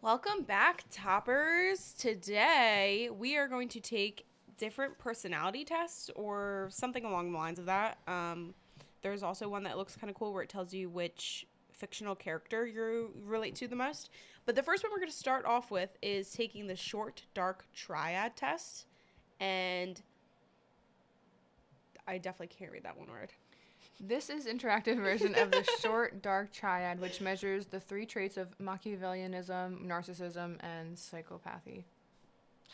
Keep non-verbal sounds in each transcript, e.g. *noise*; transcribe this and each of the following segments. Welcome back, toppers. Today we are going to take different personality tests or something along the lines of that. Um, there's also one that looks kind of cool where it tells you which fictional character you relate to the most. But the first one we're going to start off with is taking the short dark triad test. And I definitely can't read that one word. This is interactive version *laughs* of the short dark triad, which measures the three traits of Machiavellianism, narcissism, and psychopathy.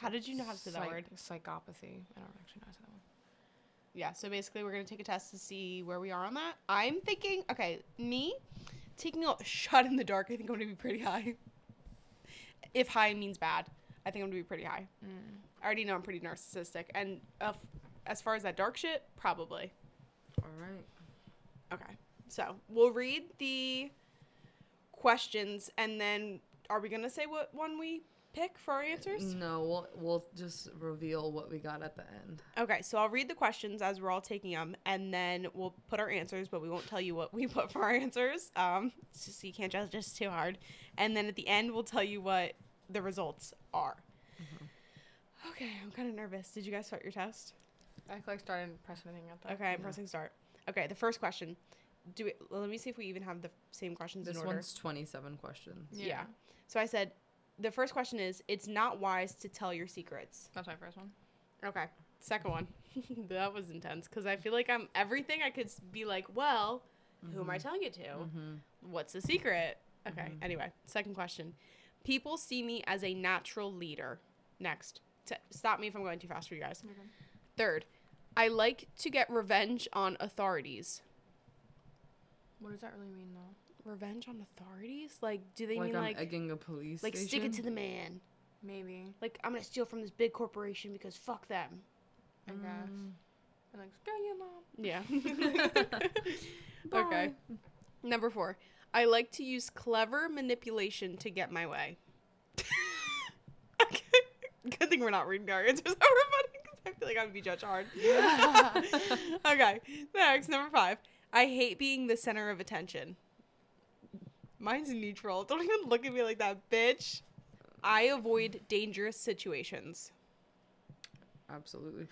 How did you know how to say that Psych- word? Psychopathy. I don't actually know how to say that one. Yeah, so basically we're gonna take a test to see where we are on that. I'm thinking, okay, me taking a shot in the dark, I think I'm gonna be pretty high. If high means bad, I think I'm gonna be pretty high. I already know I'm pretty narcissistic, and uh, as far as that dark shit, probably. All right. Okay, so we'll read the questions, and then are we gonna say what one we pick for our answers? No, we'll we'll just reveal what we got at the end. Okay, so I'll read the questions as we're all taking them, and then we'll put our answers, but we won't tell you what we put for our answers, um, so you can't judge us too hard. And then at the end, we'll tell you what the results are. Mm-hmm. Okay, I'm kind of nervous. Did you guys start your test? I click start and press anything Uh, at that. Okay, I'm pressing start. Okay, the first question. Do we, let me see if we even have the same questions This in order. one's 27 questions. yeah. Yeah. So I said, the first question is, it's not wise to tell your secrets. That's my first one. Okay. Second one. *laughs* that was intense because I feel like I'm everything I could s- be like, well, who Mm-hmm. am I telling it to? What's the secret? Okay. Anyway, second question. People see me as a natural leader. Next. T- stop me if I'm going too fast for you guys. Third, I like to get revenge on authorities. What does that really mean though? Revenge on authorities? Like, do they Like mean I'm like, egging a police like stick it to station? the man? Maybe. Like, I'm gonna steal from this big corporation because fuck them. I Mm. guess. And like spill your mom. Yeah. *laughs* okay. Number four. I like to use clever manipulation to get my way. *laughs* okay. Good thing we're not reading our answers over funny because I feel like I would be judged *laughs* hard. okay. Next, number five. I hate being the center of attention. Mine's neutral. Don't even look at me like that, bitch. I avoid dangerous situations. Absolutely.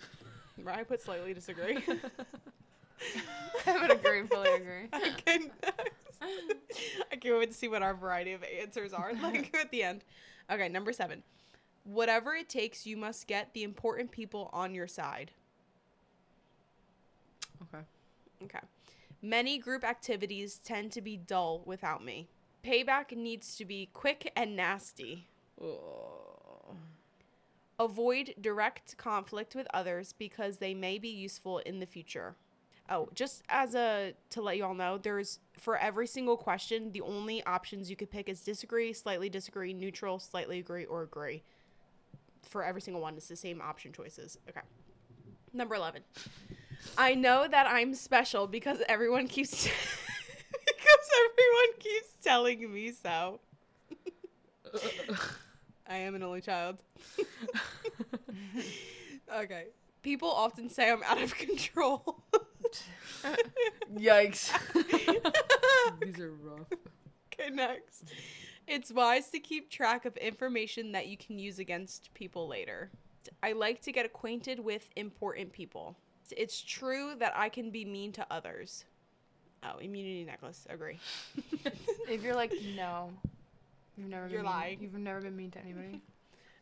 I put slightly disagree. *laughs* *laughs* I would agree, *laughs* *laughs* fully agree. I can I can't wait to see what our variety of answers are like at the end. Okay, number seven. Whatever it takes, you must get the important people on your side. *laughs* Okay. *laughs* Okay. Many group activities tend to be dull without me. Payback needs to be quick and nasty. Oh. Avoid direct conflict with others because they may be useful in the future. Oh, just as a to let you all know, there's for every single question, the only options you could pick is disagree, slightly disagree, neutral, slightly agree, or agree. For every single one, it's the same option choices. Okay. Number 11. I know that I'm special because everyone keeps *laughs* because everyone keeps telling me so. I am an only child. okay. People often say I'm out of *laughs* control. *laughs* *laughs* Yikes. These are rough. okay, next. It's wise to keep track of information that you can use against people later. I like to get acquainted with important people. It's true that I can be mean to others. Oh, immunity necklace. Agree. If you're like no, you've never. You're been lying. Mean, you've never been mean to *laughs* anybody.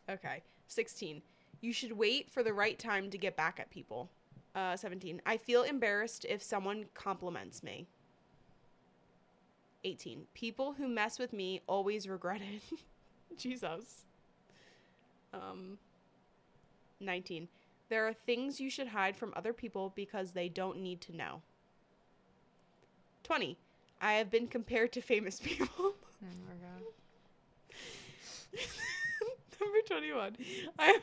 Okay. 16. You should wait for the right time to get back at people. Uh, 17. I feel embarrassed if someone compliments me. 18. People who mess with me always regret it. *laughs* Jesus. Um, 19. There are things you should hide from other people because they don't need to know. 20. I have been compared to famous *laughs* people. Oh my god. *laughs* number 21. I have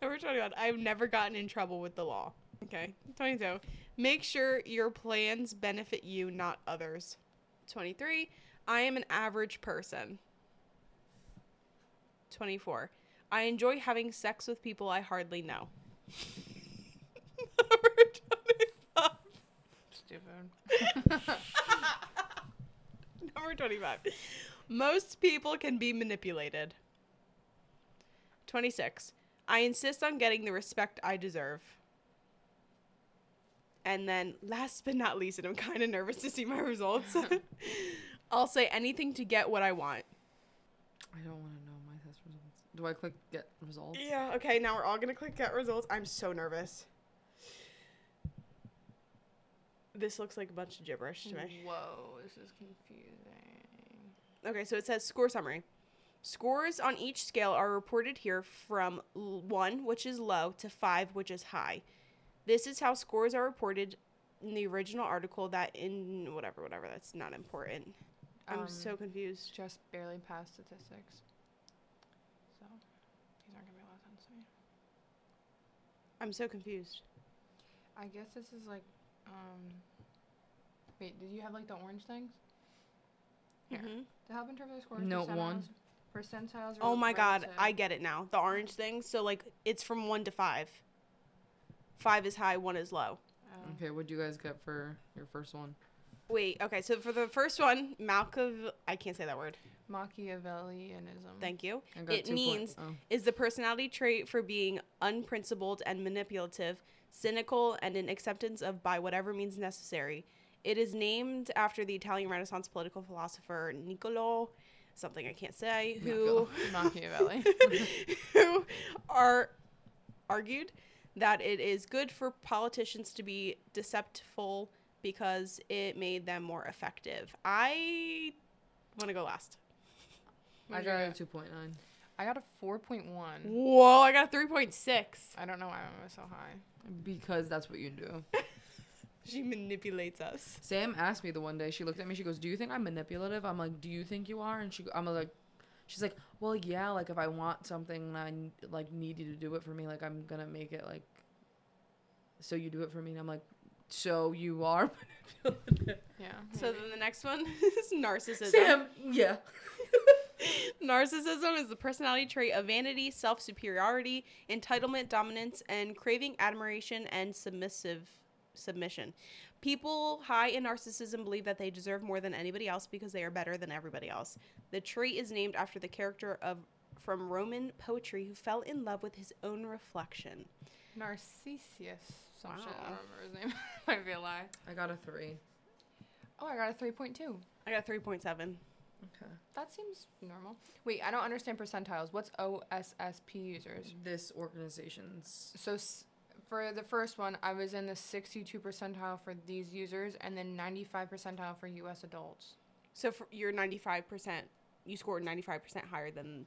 number 21. I've never gotten in trouble with the law. Okay. 22. Make sure your plans benefit you, not others. 23. I am an average person. 24. I enjoy having sex with people I hardly know. *laughs* number 25. Stupid. Number 25. Most people can be manipulated. 26. I insist on getting the respect I deserve. And then, last but not least, and I'm kind of nervous to see my results, *laughs* I'll say anything to get what I want. I don't want to know my test results. Do I click get results? Yeah, okay, now we're all gonna click get results. I'm so nervous. This looks like a bunch of gibberish to me. Whoa, this is confusing. Okay, so it says score summary. Scores on each scale are reported here from l- 1, which is low, to 5, which is high. This is how scores are reported in the original article that in whatever, whatever, that's not important. I'm Um, so confused. Just barely past statistics. So, these aren't gonna be a lot of sense to me. I'm so confused. I guess this is like, um, wait, did you have like the orange things? Here. Mhm. To help interpret the scores, Note one. percentiles- Percentiles. Oh rel- my god, relative- I get it now. The orange thing, so like it's from 1 to 5. 5 is high, 1 is low. Oh. Okay, what'd you guys get for your first one? Wait, okay, so for the first one, Malcolm, I can't say that word. Machiavellianism. Thank you. I It means oh. is the personality trait for being unprincipled and manipulative, cynical, and an acceptance of by whatever means necessary. It is named after the Italian Renaissance political philosopher Niccolo, something I can't say, who, *laughs* Machiavelli. who are argued that it is good for politicians to be deceptful because it made them more effective. I want to go last. What I did you got a get? two point nine. I got a 4.1. Whoa, I got a 3.6. I don't know why I was so high. Because that's what you do. She manipulates us. Sam asked me the one day. She looked at me. She goes, "Do you think I'm manipulative?" I'm like, "Do you think you are?" And she, I'm like, she's like, "Well, yeah. Like if I want something and I n- like need you to do it for me, like I'm gonna make it like so you do it for me." And I'm like, "So you are manipulative, Yeah. So maybe. then the next one *laughs* is narcissism. *laughs* Sam? Yeah." Narcissism is the personality trait of vanity, self superiority, entitlement, dominance, and craving admiration and submissive submission. People high in narcissism believe that they deserve more than anybody else because they are better than everybody else. The trait is named after the character of from Roman poetry who fell in love with his own reflection. Narcissus. Some shit. I Wow. don't remember his name. *laughs* Might be a lie. I got a three. Oh, I got a 3.2. I got 3.7. Okay. That seems normal. Wait, I don't understand percentiles. What's OSSP users? This organization's So s- for the first one, I was in the 62 percentile for these users and then 95 percentile for US adults. So for, you're 95%. You scored 95% higher than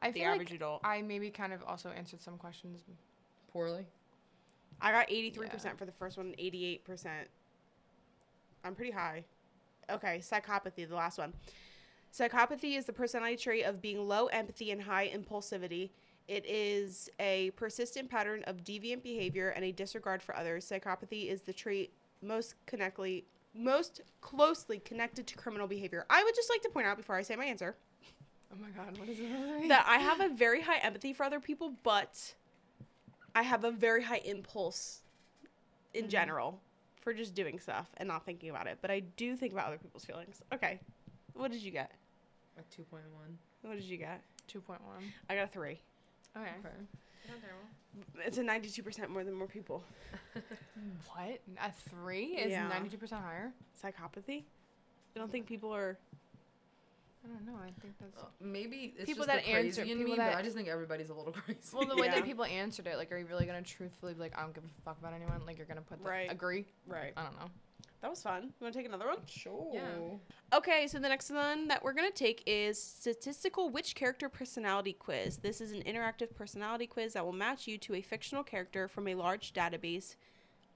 I the feel average like adult. I maybe kind of also answered some questions. poorly. I got 83% Yeah. for the first one, 88%. I'm pretty high. Okay, psychopathy, the last one. Psychopathy is the personality trait of being low empathy and high impulsivity. It is a persistent pattern of deviant behavior and a disregard for others. Psychopathy is the trait most connectly most closely connected to criminal behavior. I would just like to point out before I say my answer Oh my god, what is it? *laughs* that I have a very high empathy for other people, but I have a very high impulse in general for just doing stuff and not thinking about it. But I do think about other people's feelings. Okay. What did you get? A two point one. What did you get? 2.1. I got a three. Okay. Okay. Not terrible. It's a 92% more than more people. What? A three is Yeah. 92% higher? Psychopathy? I don't think people are. I don't know. I think that's. Uh, maybe it's People just that the crazy answer- in people me, that- but I just think everybody's a little *laughs* crazy. *laughs* Well, the way Yeah. that people answered it, like, are you really gonna truthfully be like, I don't give a fuck about anyone? Like, you're gonna put the Right. agree? Right. I don't know. That was fun. You want to take another one? sure. Okay, so the next one that we're going to take is Statistical Which Character Personality Quiz. This is an interactive personality quiz that will match you to a fictional character from a large database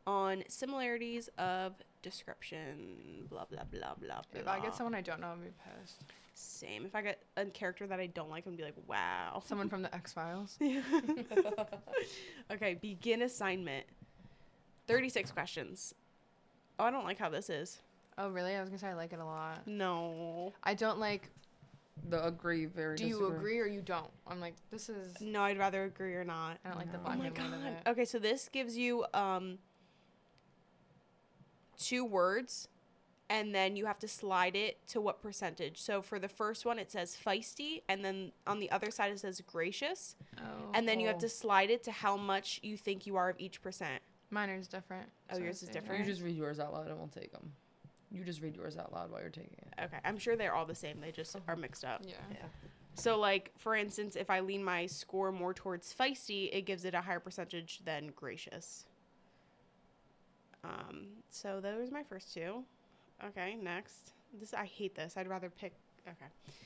on similarities of description. Blah, blah, blah, blah, blah. If I get someone I don't know, I'll be pissed. Same. If I get a character that I don't like, I'm going to be like, wow. *laughs* Someone from the X Files. *laughs* okay, begin assignment. 36 questions. Oh, I don't like how this is. Oh, really? I was gonna say I like it a lot. No. I don't like. *laughs* The agree very. Do you agree or you don't? I'm like, this is. No, I'd rather agree or not. I don't like the No. Oh black my and white of god. *laughs* it. Okay, so this gives you um two words and then you have to slide it to what percentage. So for the first one, it says feisty, and then on the other side, it says gracious, Oh. and then you have Oh. to slide it to how much you think you are of each percent. Mine is different. Oh, yours it's is easier. different? You just read yours out loud and we'll take them. You just read yours out loud while you're taking it. Okay, I'm sure they're all the same. They just are mixed up. Yeah. So, like, for instance, if I lean my score more towards feisty, it gives it a higher percentage than gracious. Um, so those are my first two. Okay, next. This I hate this. I'd rather pick okay.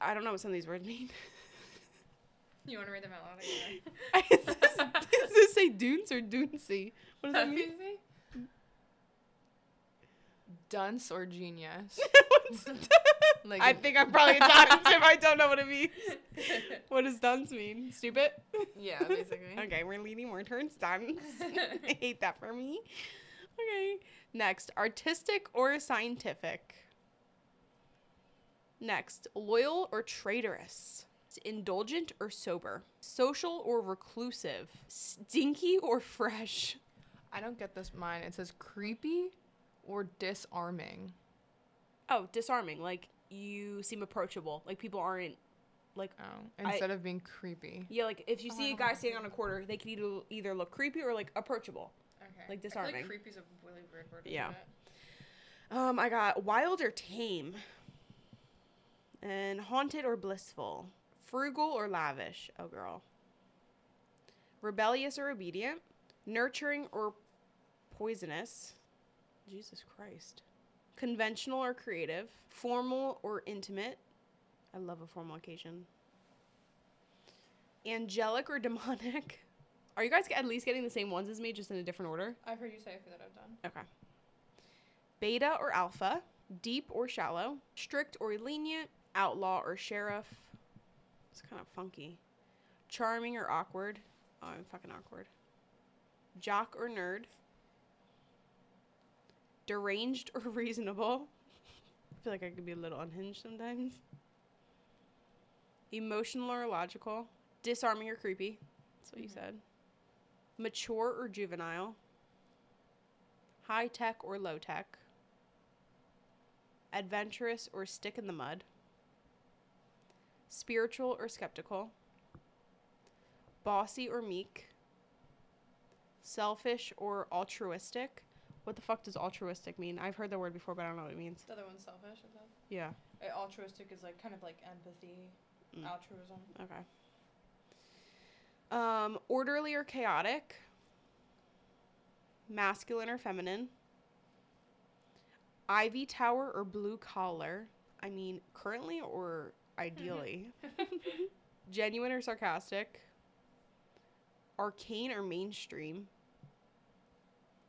I don't know what some of these words mean. *laughs* *laughs* You want to read them out loud? again? *laughs* is, this, does this say dunes or dunesy? What *laughs* does that mean? *laughs* Dunce or *laughs* genius? What's dun- Like I an- think I'm probably a dunce if I don't know what it means. What does dunce mean? Stupid? yeah, basically. *laughs* Okay, we're leaning more towards dance. *laughs* I *laughs* hate that for me. Okay. Next, artistic or scientific? Next, loyal or traitorous? Indulgent or sober? Social or reclusive? Stinky or fresh? I don't get this mine. It says creepy or disarming. Oh, disarming. Like, you seem approachable. Like, people aren't, like, Oh, I- instead of being creepy. yeah, like if you Oh, I see a don't guy like sitting on a quarter, they can either, either look creepy or like approachable. Okay. Like I feel like disarming. creepy's a really weird word. isn't Yeah. it? Um, I got wild or tame, and haunted or blissful, frugal or lavish. Oh, girl. Rebellious or obedient, nurturing or poisonous. Jesus Christ. Conventional or creative, formal or intimate. I love a formal occasion. Angelic or demonic. *laughs* Are you guys at least getting the same ones as me, just in a different order? I've heard you say that I've done. Okay. Beta or alpha, deep or shallow, strict or lenient, outlaw or sheriff. It's kind of funky. Charming or awkward. Oh, I'm fucking awkward. Jock or nerd. Deranged or *laughs* reasonable. I feel like I could be a little unhinged sometimes. Emotional or logical. Disarming or creepy. That's what you said. Mature or juvenile high tech or low tech, adventurous or stick in the mud, spiritual or skeptical, bossy or meek, selfish or altruistic. What the fuck does altruistic mean? I've heard the word before, but I don't know what it means. The other one's selfish. Is that? Yeah. altruistic is like kind of like empathy, Mm. altruism. *laughs* Okay. Um, orderly or chaotic, masculine or feminine, ivy tower or blue collar. I mean, currently or ideally, Mm-hmm. genuine or sarcastic, arcane or mainstream,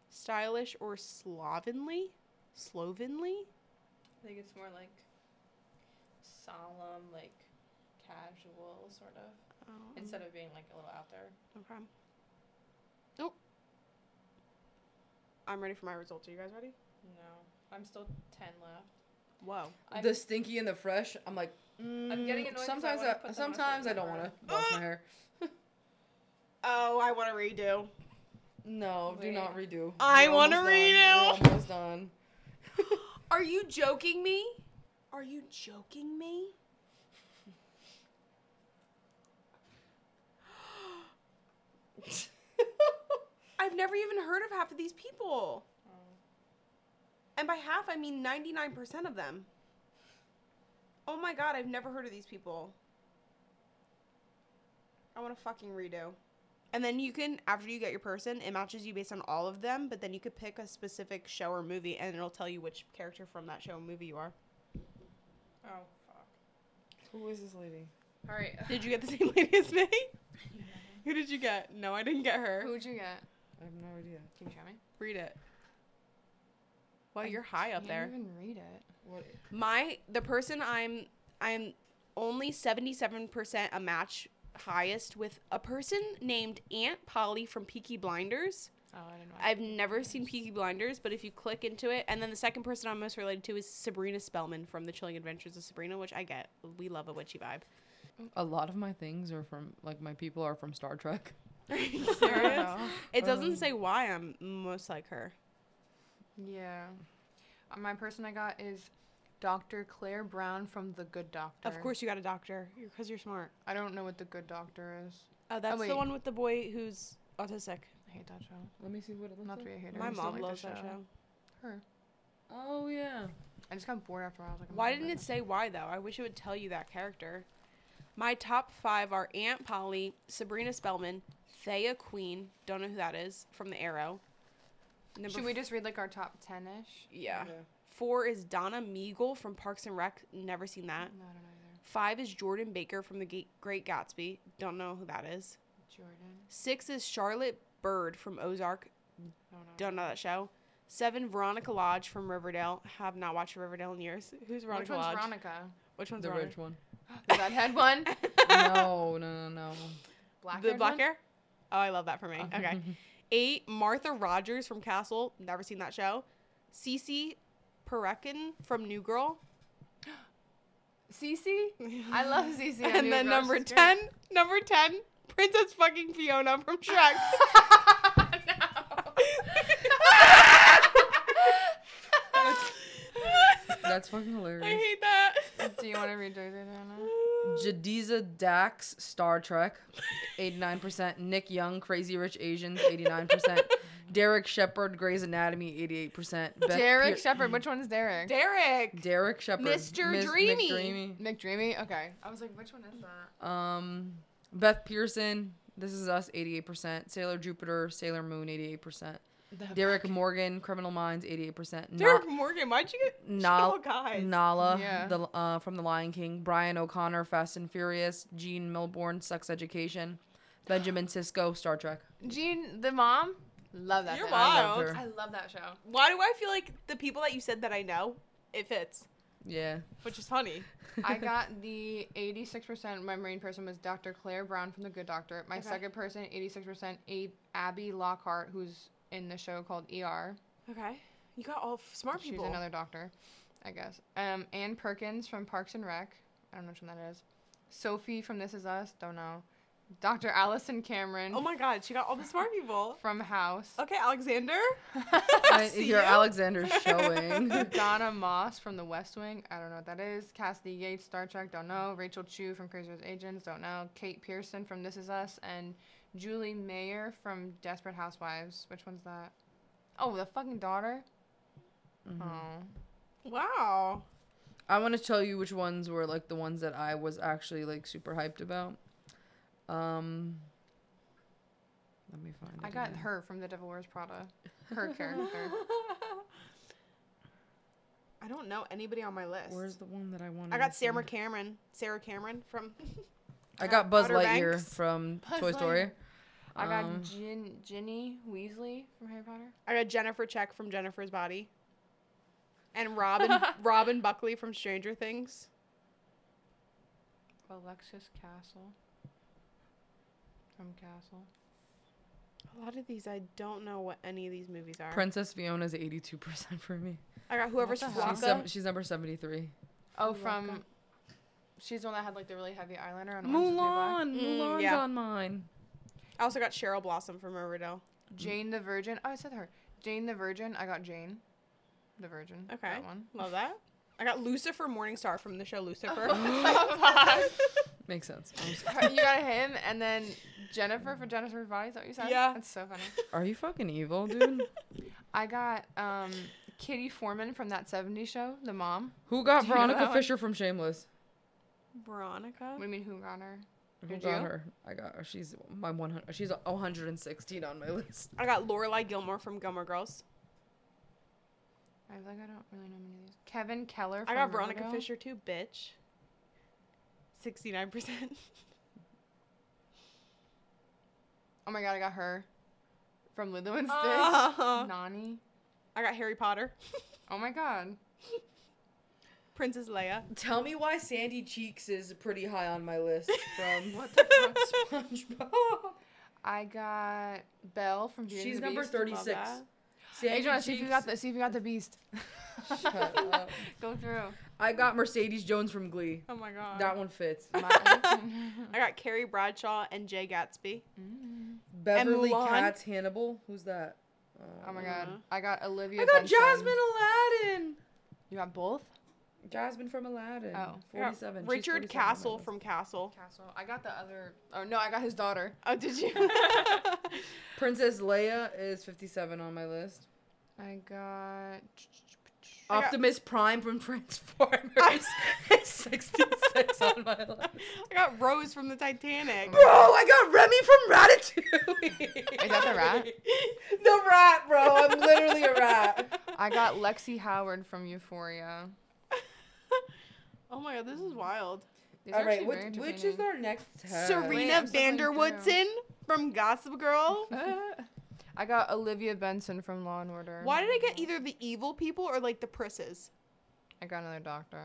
stylish or slovenly, slovenly. I think it's more like solemn, like casual, sort of, Um, instead of being like a little out there. Okay. Nope. I'm ready for my results. Are you guys ready? No, I'm still ten left. Whoa. I'm, the stinky and the fresh. I'm like, getting mm, annoyed 'cause I Sometimes wanna I, put them on a sometimes I certain don't number. want to wash my hair. Oh, I want to redo. No, do not Wait. redo. I We're wanna almost redo. done. We're almost done. Are you joking me? Are you joking *gasps* me? I've never even heard of half of these people. Oh, And by half, I mean 99% of them. Oh my god, I've never heard of these people. I want to fucking redo. And then you can, after you get your person, it matches you based on all of them, but then you could pick a specific show or movie and it'll tell you which character from that show or movie you are. oh fuck! Who is this lady? All right, *laughs* Did you get the same *laughs* lady as me? Who did you get? No, I didn't get her. who'd you get? I have no idea. Can you show me? Read it. Well, I you're high up there. Can't even read it. What? My the person I'm I'm only 77% a match highest with a person named Aunt Polly from Peaky Blinders. Oh, I didn't. I've never seen Peaky Blinders, but if you click into it, and then the second person I'm most related to is Sabrina Spellman from The Chilling Adventures of Sabrina, which I get. We love a witchy vibe. A lot of my things are from like my people are from Star Trek. *laughs* Are you *laughs* I don't serious? Um, know. It doesn't Um, say why I'm most like her. Yeah. Uh, my person I got is Dr. Claire Brown from The Good Doctor. Of course, you got a doctor because you're smart. I don't know what The Good Doctor is. Oh, that's wait. the one with the boy who's autistic. I hate that show. Let me see what it looks Not like. to be a hater. I My just don't mom like the loves that show. Her. Oh yeah. I just got bored after I was like. I'm Why done with didn't it say why though? I wish it would tell you that character. My top five are Aunt Polly, Sabrina Spellman, Thea Queen. Don't know who that is from The Arrow. Number Should we just read like our top ten ish? f- yeah. Four is Donna Meagle from Parks and Rec. Never seen No, I that. don't know either. Five is Jordan Baker from The Ga- Great Gatsby. Don't know who that is. Jordan. Six is Charlotte Bird from Ozark. I don't know. Don't know that show. Seven, Veronica Lodge from Riverdale. Have not watched Riverdale in years. Who's Veronica Which one's Lodge? Veronica? *gasps* Which one's The Veronica? rich one. The *laughs* redhead one. no, no, no, no. Black. the black hair? Oh, I love that for me. Okay. Eight, Martha Rogers from Castle. Never seen that show. Cece Perekin from New Girl. Cece. I love Cece. on *laughs* and New then Girl. number She's great. *laughs* 10, number 10, Princess fucking Fiona from Shrek. *laughs* That's fucking I hilarious. hate that. *laughs* Do you want to read Joy's Anna? Jadiza Dax, Star Trek, 89%. Nick Young, Crazy Rich Asians, 89%. Derek Shepard, Grey's Anatomy, 88%. Beth Derek Pier- Shepard. Which one's Derek? Derek. Derek Shepard. Mr. Miss- Dreamy. McDreamy. Nick Dreamy. Okay. I was like, which one is that? Um, Beth Pearson, This Is Us, 88%. Sailor Jupiter, Sailor Moon, 88%. Derek Morgan, Criminal Minds, 88%. Na- Derek Morgan, why'd you get Nal- Oh, guys. Nala Yeah. the, uh, from The Lion King, Brian O'Connor, Fast and Furious, Gene Milbourne, Sex Education, Benjamin Sisko, Star Trek. Jean, the mom. Love that. You're thing. I love wild. her. I love that show. Why do I feel like the people that you said that I know, it fits, Yeah. which is funny. I got the 86%. My main person was Dr. Claire Brown from The Good Doctor. My Okay. second person, 86%, Abe, Abby Lockhart, who's in the show called ER. Okay. You got all f- smart She's people. another doctor, I guess. Um, Ann Perkins from Parks and Rec. I don't know which one that is. Sophie from This Is Us. Don't know. Dr. Allison Cameron oh my god, she got all the smart people. from House. Okay, Alexander. *laughs* I, See your you. Alexander *laughs* showing. Donna Moss from The West Wing. I don't know what that is. Cassidy Yates, Star Trek. Don't know. Rachel Chu from Crazy Rich Agents. Don't know. Kate Pearson from This Is Us. And Julie Mayer from Desperate Housewives. Which one's that? Oh, the fucking daughter. Mm-hmm. Oh. Wow. I want to tell you which ones were like the ones that I was actually like super hyped about. Um, let me find. I it got again. her from The Devil Wears Prada. *laughs* Her character. I don't know anybody on my list. Where's the one that I wanted? I got to Sarah see? Cameron. Sarah Cameron from. I got Buzz Outer Lightyear Banks. from Buzz Toy Story. Lightyear. I got Um, Gin- Ginny Weasley from Harry Potter. I got Jennifer Check from Jennifer's Body. And Robin Robin Buckley from Stranger Things. Alexis Castle from Castle. A lot of these I don't know what any of these movies are. Princess Fiona's 82% for me. I got whoever's the hell? Flocka. She's, sev- she's number 73. Oh, Chewbacca. from. She's the one that had like the really heavy eyeliner on. Orange is the New Black. Mulan. Mm, Mulan's yeah. on mine. I also got Cheryl Blossom from Riverdale. Jane the Virgin. Oh, I said her. Jane the Virgin. I got Jane, the Virgin. Okay. *laughs* That Oh, one. *laughs* Love that. I got Lucifer Morningstar from the show Lucifer. *laughs* Makes sense. Her- you got him, and then Jennifer for Jennifer's Body. Is that what you said? Yeah. That's so funny. Are you fucking *laughs* evil, dude? I got um, Kitty Foreman from that '70s show, the mom. Who got Do you know Veronica that one? Fisher from Shameless? *laughs* Veronica. What do you mean? Who got her? Who Did got you? her? I got her. She's my 100. She's 116 on my *laughs* list. I got Lorelai Gilmore from Gilmore Girls. I was like, I don't really know many of these. Kevin Keller. I From got Veronica Riverdale. Fisher too, bitch. Sixty nine percent. *laughs* Oh my god, I got her from Lilo and Stitch. Ah. Nani. I got Harry Potter, Oh *laughs* my god. Princess Leia. Tell me why Sandy Cheeks is pretty high on my *laughs* list from What the fuck? SpongeBob. I got Belle from Beauty She's and the number Beast. 36. that. Hey, Sandy Jonah, see if you Cheeks. got the see if you got the Beast. *laughs* Shut up. Go *laughs* through. I got Mercedes Jones from Glee. Oh my god. That one fits. Oh I got Carrie Bradshaw and Jay Gatsby. Beverly Mulan. Katz Hannibal. Who's that? Oh my god. Mhm. I got Olivia. I got Benson. Jasmine Aladdin. You got both? Jasmine from Aladdin. Oh. I got 47. She's Richard 47 on my Castle list. from Castle. Castle. I got the other. Oh no, I got his daughter. Oh, did you? *laughs* Princess Leia is 57 on my list. I got. I got- Optimus Prime from *laughs* Transformers I- is 66 on my list. I got Rose from the Titanic. Bro, I got Remy from Ratatouille. Is that the rat? *laughs* the rat, bro. I'm literally a rat. I got Lexi Howard from Euphoria. Oh my god, this is wild. These are All right, actually very which, which is entertaining. our next tag? Wait, Serena I'm still going Vanderwoodson from Gossip *laughs* Girl. I got Olivia Benson from Law and Order. Why did I get either the evil people or like the Prisses? I got another doctor.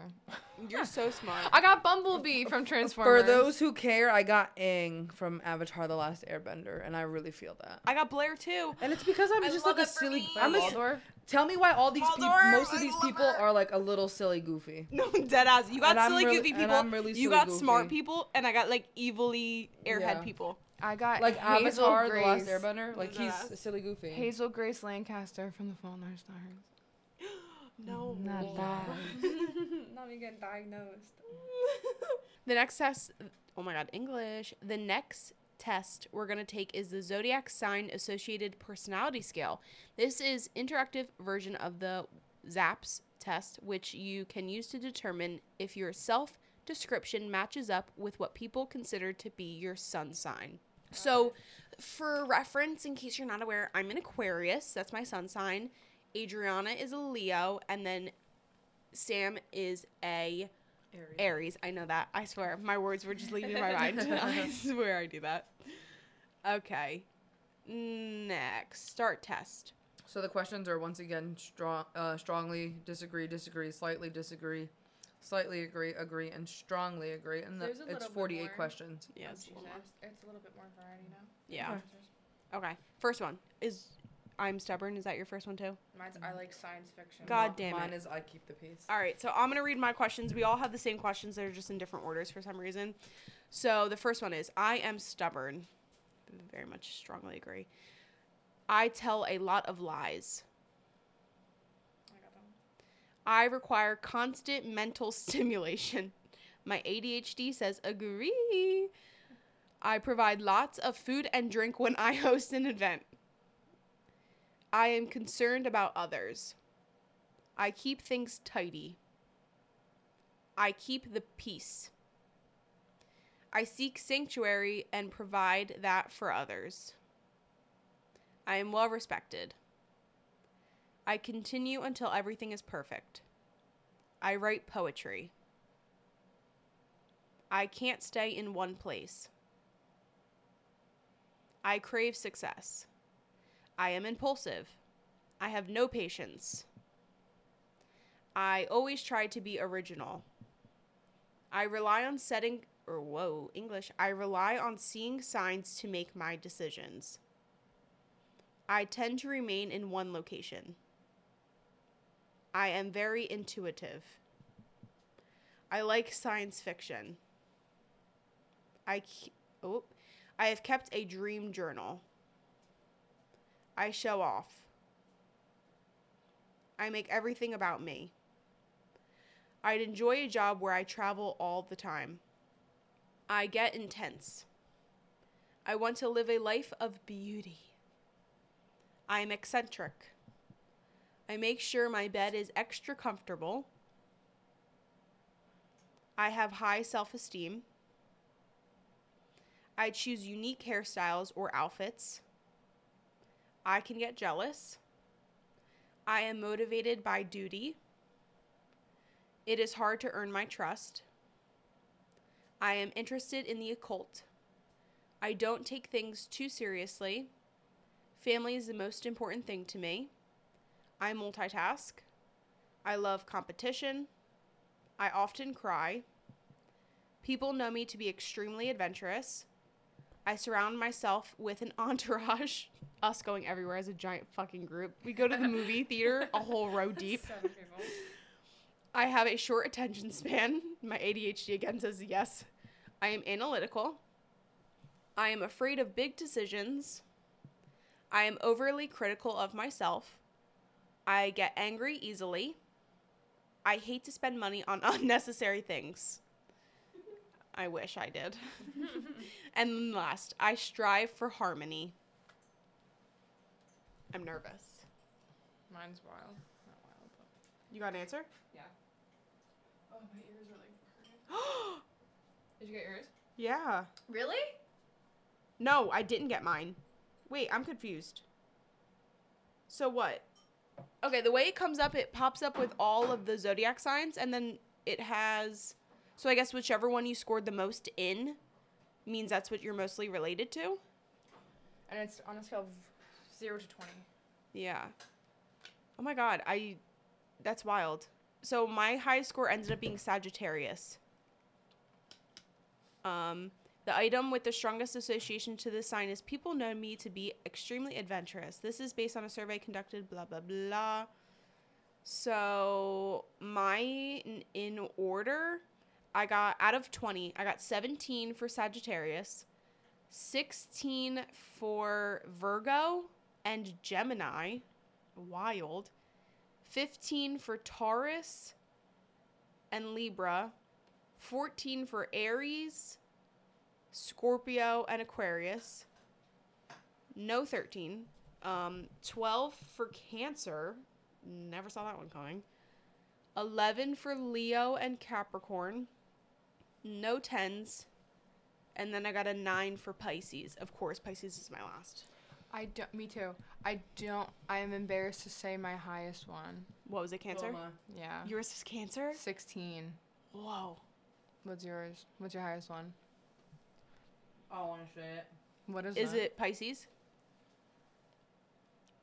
You're so smart. I got Bumblebee from For Transformers. those who care, I got Aang from Avatar: The Last Airbender, and I really feel that. I got Blair too. And it's because I'm I just love like a it for silly. me. I'm a, Waldorf. tell me why all these people, Waldorf, most of I these love people her. are like a little silly, goofy. *laughs* No, dead ass. You got And I'm silly really- goofy and people. I'm really you silly got smart goofy. people, and I got like evilly airhead Yeah. people. I got Like Hazel Avatar: Grace. The Last Airbender, like Dead he's ass. silly, goofy. Hazel Grace Lancaster from The Fault in Our Stars. No, Not that. Not me getting diagnosed. the next test. Oh my god, English. The next test we're going to take is the zodiac sign associated personality scale. This is interactive version of the ZAPS test which you can use to determine if your self description matches up with what people consider to be your sun sign. So, for reference in case you're not aware, I'm an Aquarius, that's my sun sign. Adriana is a Leo and then Sam is a Aries. I know that. I swear. My words were just leaving my mind. *laughs* I swear I do that. Okay. Next. Start test. So the questions are once again strong, uh, strongly disagree, disagree, slightly disagree, slightly agree, agree, and strongly agree. And the, There's a it's little bit 48 more. questions. Yes. It's a little bit more variety now. Um, Yeah. Okay. First one is I'm stubborn. Is that your first one too? Mine's I like science fiction. God Mine- damn Mine it. is I keep the peace. All right. So I'm going to read my questions. We all have the same questions. They're just in different orders for some reason. So the first one is I am stubborn. Very much strongly agree. I tell a lot of lies. I require constant mental *laughs* stimulation. My ADHD says agree. I provide lots of food and drink when I *laughs* host an event. I am concerned about others. I keep things tidy. I keep the peace. I seek sanctuary and provide that for others. I am well respected. I continue until everything is perfect. I write poetry. I can't stay in one place. I crave success. I am impulsive. I have no patience. I always try to be original. I rely on setting or whoa, English. I rely on seeing signs to make my decisions. I tend to remain in one location. I am very intuitive. I like science fiction. I ke- oh, I have kept a dream journal. I show off. I make everything about me. I'd enjoy a job where I travel all the time. I get intense. I want to live a life of beauty. I am eccentric. I make sure my bed is extra comfortable. I have high self esteem. I choose unique hairstyles or outfits. I can get jealous. I am motivated by duty. It is hard to earn my trust. I am interested in the occult. I don't take things too seriously. Family is the most important thing to me. I multitask. I love competition. I often cry. People know me to be extremely adventurous. I surround myself with an *laughs* entourage. Us going everywhere as a giant fucking group. We go to the movie theater a whole row deep. I have a short attention span. *laughs* My ADHD again says yes. I am analytical. I am afraid of big decisions. I am overly critical of myself. I get angry easily. I hate to spend money on *laughs* unnecessary things. I wish I *laughs* did. and then last, I strive for harmony. I'm nervous. Mine's wild. Not wild, but You got an *gasps* answer? yeah. Oh, my ears are like. Did you get yours? yeah. Really? No, I didn't get mine. Wait, I'm confused. So what? Okay, the way it comes up, it pops up with all of the zodiac signs, and then it has. So I guess whichever one you scored the most in means that's what you're mostly related to. And it's on a scale of zero to twenty. Yeah. Oh my god, I. That's wild. So my highest score ended up being Sagittarius. Um, the item with the strongest association to this sign is people know me to be extremely adventurous. This is based on a survey conducted, blah, blah, blah. So mine in order, I got out of 20, I got 17 for Sagittarius, 16 for Virgo and Gemini. Wild. 15 for Taurus and Libra. 14 for Aries, Scorpio, and Aquarius. No 13. Um, 12 for Cancer. Never saw that one coming. 11 for Leo and Capricorn. No 10s. And then I got a 9 for Pisces. Of course, Pisces is my last. I don't. Me too. I don't. I am embarrassed to say my highest one. What was it, Cancer? Yeah. Yours is Cancer? Sixteen. Uh-huh. Whoa. What's yours? What's your highest one? I want to say it. What is? Is that? it Pisces?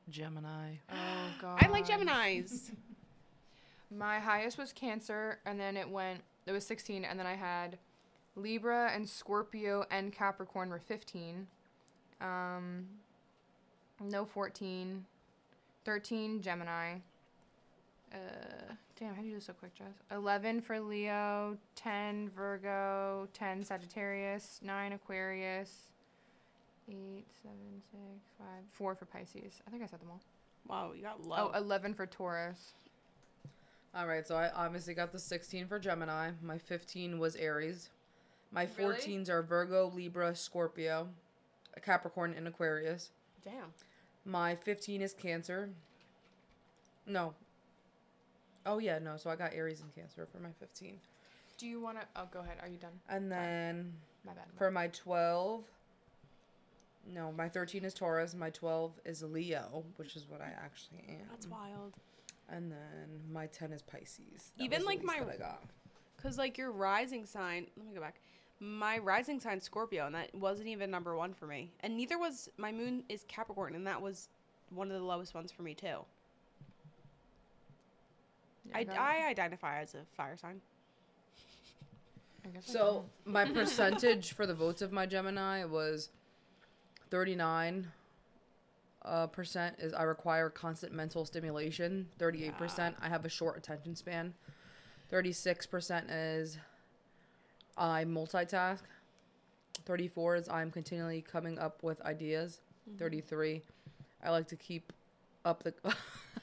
Gemini. Oh God. I like Geminis. My highest was Cancer, and then it went. It was 16, and then I had Libra and Scorpio and Capricorn were 15. Um, no 14, 13 Gemini. Uh, damn, how do you do this so quick, Jess? 11 for Leo, 10 Virgo, 10 Sagittarius, 9 Aquarius, 8, 7, 6, 5, 4 for Pisces. I think I said them all. wow, you got low. Oh, 11 for Taurus. All right, so I obviously got the 16 for Gemini. My 15 was Aries. My Really? 14s are Virgo, Libra, Scorpio, Capricorn, and Aquarius. Damn. My 15 is Cancer. No. Oh, yeah, no. So I got Aries and Cancer for my 15. Do you want to? Oh, go ahead. Are you done? And then My bad. for my 12, no, my 13 is Taurus. My 12 is Leo, which is what I actually am. That's wild. And then my 10 is Pisces. Even, was the like, least my- that I got. Cause like your rising sign, let me go back. My rising sign Scorpio, and that wasn't even number one for me. And neither was my moon is Capricorn, and that was one of the lowest ones for me too. Yeah, I, go ahead. I identify as a fire sign. I guess I So my percentage for the votes of my Gemini was 39 uh, percent is I require constant mental stimulation. 38 percent I have a short attention span. 36 percent is I multitask. 34 is I'm continually coming up with ideas. Mm-hmm. 33 I like to keep up the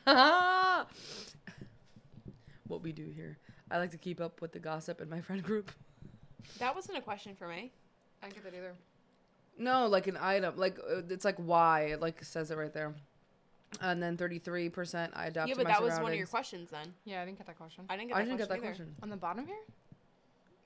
*laughs* what we do here. I like to keep up with the gossip in my friend group. That wasn't a question for me. I didn't get that either. No, like an item. Like uh, it's like why. It like says it right there. And then thirty three percent I adopt. yeah, to but my that was one of your questions surroundings. then. Yeah, I didn't get that question. I didn't get that I didn't get that question either. question. On the bottom here?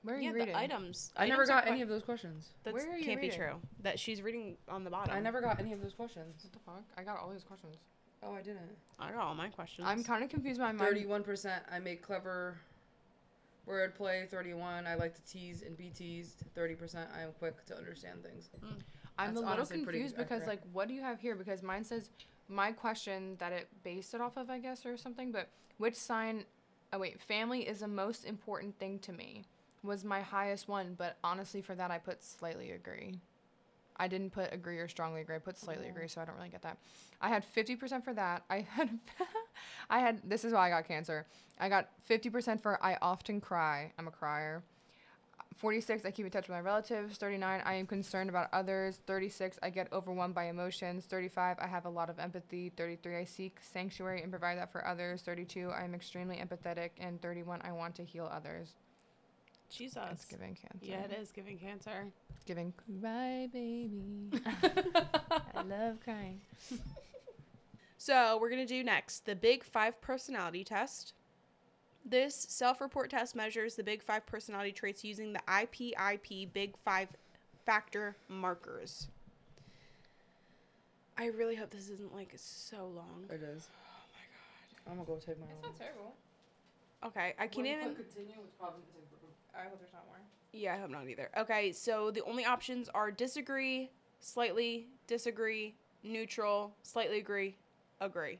Where are Yeah, you the reading? items. I never items are got any que- of those questions. That's, Where are you can't be reading? true. That she's reading on the bottom. I never got any of those questions. What the fuck? I got all these questions. Oh, I didn't. I got all my questions. I'm kind of confused by mine. Thirty one percent I make clever wordplay. Thirty one I like to tease and be teased. Thirty percent I am quick to understand things. I'm a That's little honestly pretty confused because, accurate. like, what do you have here? Because mine says my question that it based it off of, I guess, or something. But which sign? Oh wait, family is the most important thing to me. Was my highest one, but honestly, for that I put slightly agree. I didn't put agree or strongly agree. I put slightly agree, so I don't really get that. I had 50% for that. I had, *laughs* I had. This is why I got cancer. I got 50% for I often cry. I'm a crier. 46, I keep in touch with my relatives. 39, I am concerned about others. 36, I get overwhelmed by emotions. 35, I have a lot of empathy. 33, I seek sanctuary and provide that for others. 32, I am extremely empathetic. And 31, I want to heal others. Jesus. It's giving cancer. Yeah, it is giving cancer. It's giving cry, baby. I love crying. So we're gonna do next the Big Five personality test. This self-report test measures the Big Five personality traits using the IPIP Big Five factor markers. I really hope this isn't like so long. It is. Oh my god. I'm gonna go take my. It's not terrible. Okay, I can't even. I hope there's not more. Yeah, I hope not either. Okay, so the only options are disagree, slightly disagree, neutral, slightly agree, agree.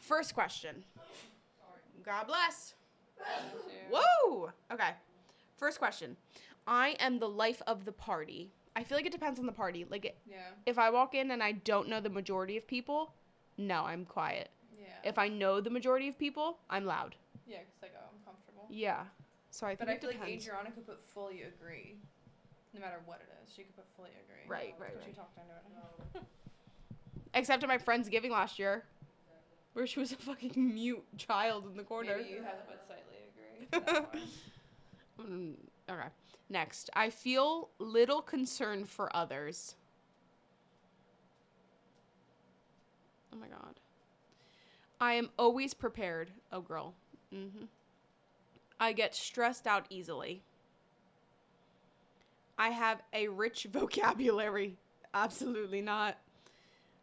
First question. God bless. Whoa! Okay. First question. I am the life of the party. I feel like it depends on the party. Like, Yeah. if I walk in and I don't know the majority of people, no, I'm quiet. Yeah. If I know the majority of people, I'm loud. Yeah, because, like, oh, I'm comfortable. Yeah. So I think But it I feel like depends. Adriana could put fully agree, no matter what it is. She could put fully agree. Right, right, 'Cause She right. talked under it. except at my friend's giving last year, where she was a fucking mute child in the corner. Maybe you have to put slightly agree. *laughs* for that one. Mm, okay. Next, I feel little concern for others. Oh my god. I am always prepared. Oh, girl. Mm-hmm. I get stressed out easily. I have a rich *laughs* vocabulary. Absolutely not.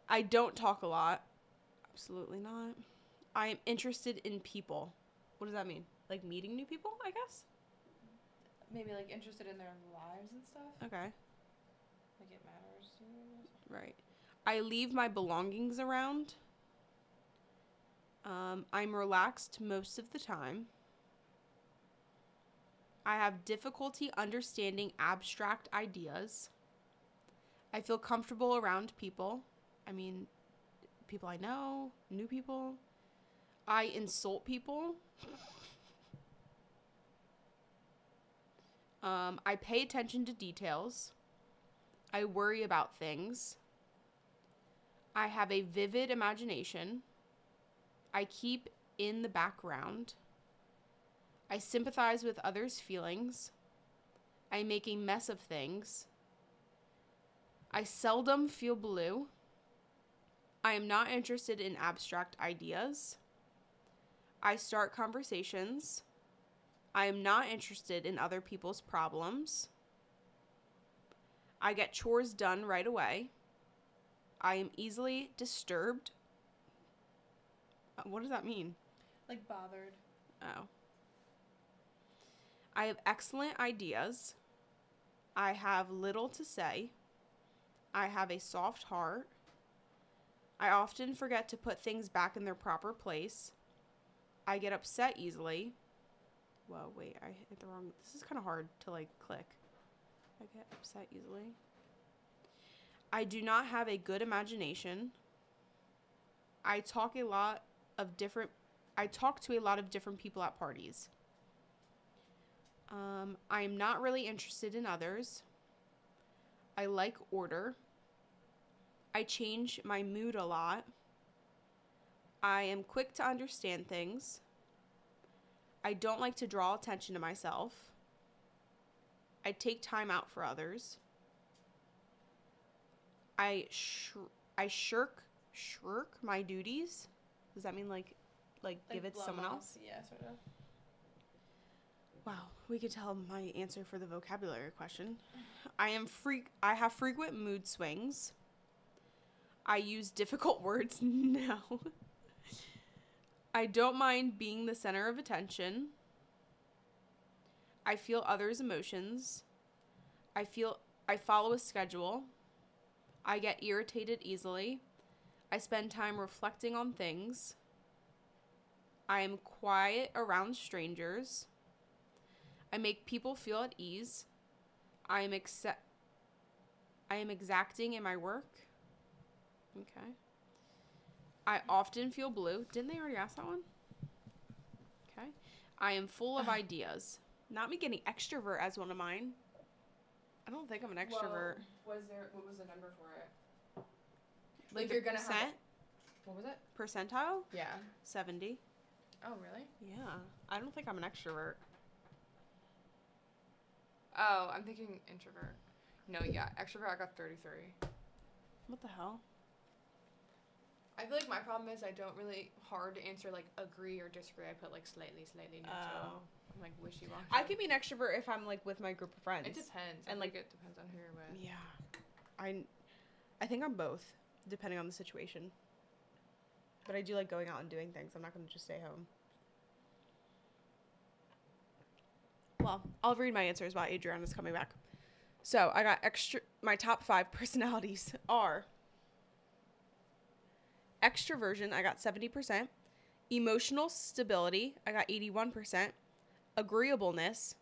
I don't talk a lot. Absolutely not. I am interested in people. What does that mean? Like meeting new people, I guess? Maybe like interested in their lives and stuff. Okay. Like it matters to you. or something. Right. I leave my belongings around. Um, I'm relaxed most of the time. I have difficulty understanding abstract ideas. I feel comfortable around people. I mean, people I know, new people. I insult people. *laughs* um, I pay attention to details. I worry about things. I have a vivid imagination. I keep in the background. I sympathize with others' feelings. I make a mess of things. I seldom feel blue. I am not interested in abstract ideas. I start conversations. I am not interested in other people's problems. I get chores done right away. I am easily disturbed. Uh, What does that mean? Like bothered. Oh. I have excellent ideas. I have little to say. I have a soft heart. I often forget to put things back in their proper place. I get upset easily. Whoa, wait, I hit the wrong. This is kind of hard to like click. I get upset easily. I do not have a good imagination. I talk a lot of different I talk to a lot of different people at parties. Um, I am not really interested in others. I like order. I change my mood a lot. I am quick to understand things. I don't like to draw attention to myself. I take time out for others. I sh- I shirk shirk my duties. Does that mean like like, Like give it to someone blum-off. else? Yeah, sort of. Wow, we could tell my answer for the vocabulary question. I am freak I have frequent mood swings. I use difficult *laughs* words now. I don't mind being the center of attention. I feel others' emotions. I feel I follow a schedule. I get irritated easily. I spend time reflecting on things. I am quiet around strangers. I make people feel at ease. I am accept. I am exacting in my work. Okay. I often feel *sighs* blue. Didn't they already ask that one? Okay. I am full of ideas. Not me getting extrovert as one of mine. I don't think I'm an extrovert. was there? What was the number for it? Like Like the you're gonna have. percent? What was it? Percentile? Yeah. 70. Oh really? Yeah. I don't think I'm an extrovert. Oh, I'm thinking introvert. No, yeah, extrovert. I got 33. What the hell? I feel like my problem is I don't really hard to answer like agree or disagree. I put like slightly, slightly neutral. Oh. I'm like wishy washy. I could be an extrovert if I'm like with my group of friends. It depends. and, And like like- it depends on who you're with. Yeah. I I think I'm both, depending on the situation. But I do like going out and doing things. I'm not going to just stay home. Well, I'll read my answers while Adriana's coming back. So I got extra. My top five *laughs* personalities are extroversion. I got seventy percent. Emotional stability. I got eighty-one percent. Agreeableness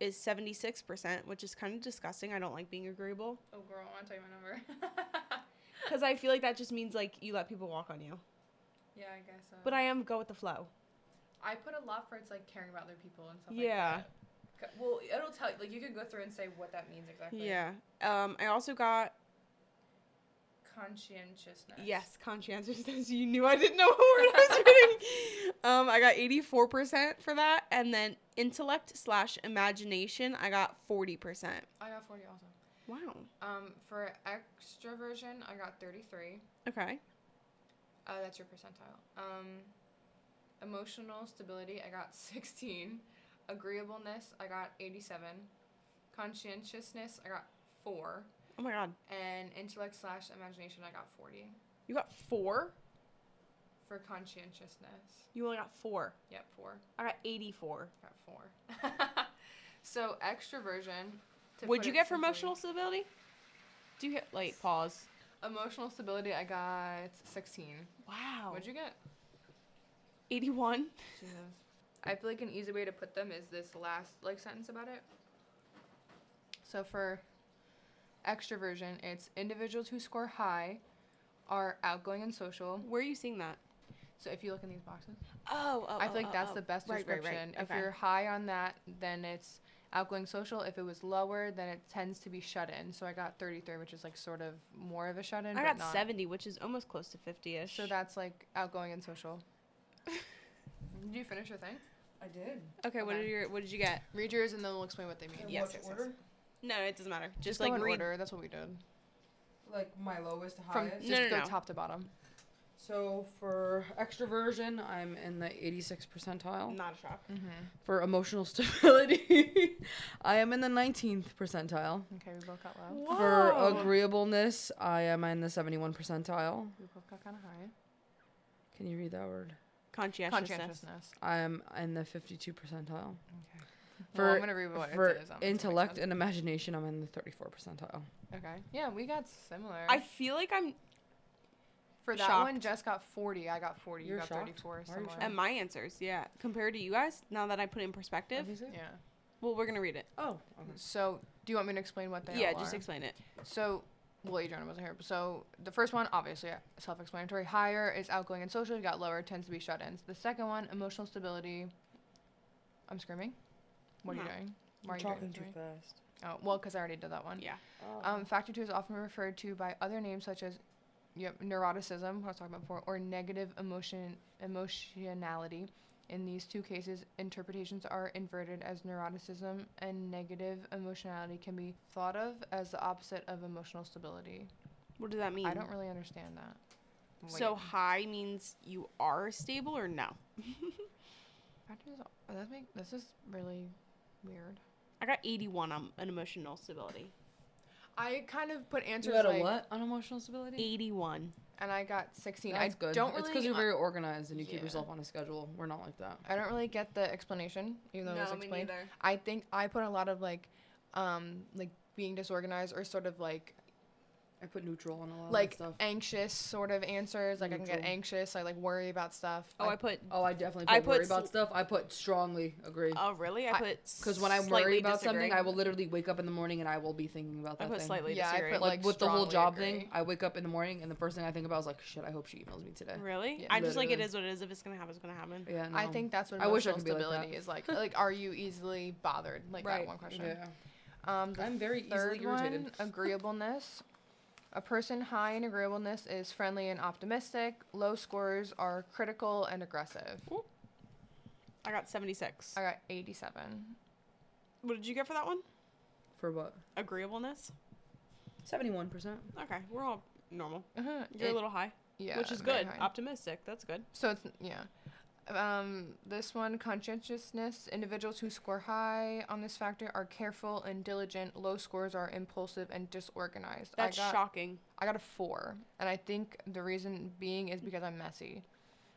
is seventy-six percent, which is kind of disgusting. I don't like being agreeable Oh girl, I want to tell you my number. *laughs* because I feel like that just means like you let people walk on you. yeah, I guess so. But I am go with the flow. I put a lot for it's like caring about other people Oh and stuff. Yeah. Like that. 'Cause- Well, it'll tell you. Like you can go through and say what that means exactly. Yeah. Um. I also got Conscientiousness. Yes, *laughs* conscientiousness. You knew I didn't know what word I *laughs* was reading. Um, I got eighty four percent for that, and then intellect slash imagination, I got forty percent. I got 40 also. Wow. Um, for extroversion, I got 33. Okay. Uh, that's your percentile. Um, emotional stability, I got 16. Agreeableness, I got 87. Conscientiousness, I got 4. Oh my god, And intellect slash imagination, I got 40. you got four. For conscientiousness, You only got four. yep, 4. I got eighty four. Got 4. *laughs* so, extroversion. to What'd put you it get for simply- emotional stability? Do you get like pause? Emotional stability, I got 16. Wow. What'd you get? Eighty one. I feel like an easy way to put them is this last like sentence about it. So for extroversion, it's individuals who score high are outgoing and social. Where are you seeing that? So if you look in these boxes, Oh, oh I feel oh, like that's oh, the oh. best Right, right, right. description. Okay. If you're high on that, then it's outgoing social. If it was lower, then it tends to be shut in. So I got 33, which is like sort of more of a shut in. I but got not. seventy, which is almost close to fifty ish. So that's like outgoing and social. *laughs* Did you finish your thing? I did. okay, What okay. did your What did you get? Read yours and then we'll explain what they mean. In Yes, what yes, yes. order? No, it doesn't matter. Just, like go in read order. That's what we did. Like my lowest to From highest. just No, no, go no. top to bottom. so for extroversion, I'm in the 86 percentile. Not a shock. Mm-hmm. For emotional *laughs* stability, I am in the 19th percentile. Okay, we both got low. For agreeableness, I am in the 71 percentile. We both got kind of high. Can you read that word? conscientiousness. I am in the 52 percentile. Okay. For, well, I'm gonna read what for it is. um, so it makes intellect sense. and imagination, I'm in the 34 percentile. Okay. Yeah, we got similar. I feel like I'm for that shocked. one, Jess got 40. I got 40. You You're got shocked? 34. Why are you Similar. shocked? at my answers, yeah. Compared to you guys, now that I put it in perspective. Yeah. Mm-hmm. Well, we're gonna read it. Oh. Okay. So, do you want me to explain what they yeah, all just are? explain it. So, well, Adriana wasn't here. So, the first one, obviously, uh, self-explanatory. Higher is outgoing and social. You got lower, tends to be shut-ins. The second one, emotional stability. I'm screaming. What are you No. doing? Why are you doing it to me? fast. Oh. Oh, well, because I already did that one. Yeah. Um, factor two is often referred to by other names such as yep, neuroticism, what I was talking about before, or negative emotion emotionality. In these two cases, interpretations are inverted as neuroticism and negative emotionality can be thought of as the opposite of emotional stability. What does that mean? I don't really understand that. So Wait, high means you are stable or no? factor is- oh, that's make, this is really weird. I got 81 on an emotional stability. I kind of put You answers got a like, what on emotional stability? 81. and I got 16. That's I good. don't it's really because you're very organized and you yeah. keep yourself on a schedule. We're not like that. I don't really get the explanation, even though it was explained. I think I put a lot of like, um, like being disorganized or sort of like I put neutral on a lot like of that stuff. anxious sort of answers. Like I can get Neutral. anxious. I like worry about stuff. Oh, I like, put. Oh, I definitely put I put worry about sl- stuff. I put strongly agree. Oh, really? I I- put. Because when I slightly worry about something, disagree. I will literally wake up in the morning and I will be thinking about I that put thing. slightly Yeah, I disagree. put, like, like, with the whole strongly job agree. thing, I wake up in the morning and the first thing I think about is like, shit, I hope she emails me today. really? Yeah. I just like it Literally. is what it is. If it's gonna happen, it's gonna happen. Yeah, I no. think that's what I wish I emotional could be like that. stability is *laughs* like. Like, are you easily bothered? Like that one question. Yeah. Um, the I'm very third easily irritated. *laughs* one, um, agreeableness. A person high in agreeableness is friendly and optimistic. Low scores are critical and aggressive. I got seventy six. I got 87. *laughs* What did you get for that one? For what? Agreeableness. Seventy-one percent. Okay, we're all normal. Uh-huh. You're It- a little high, yeah, which is very good. high. Optimistic. That's good. So it's yeah. Um, this one conscientiousness. Individuals who score high on this factor are careful and diligent. Low scores are impulsive and disorganized. That's I got, shocking. I got a four, and I think the reason being is because I'm messy.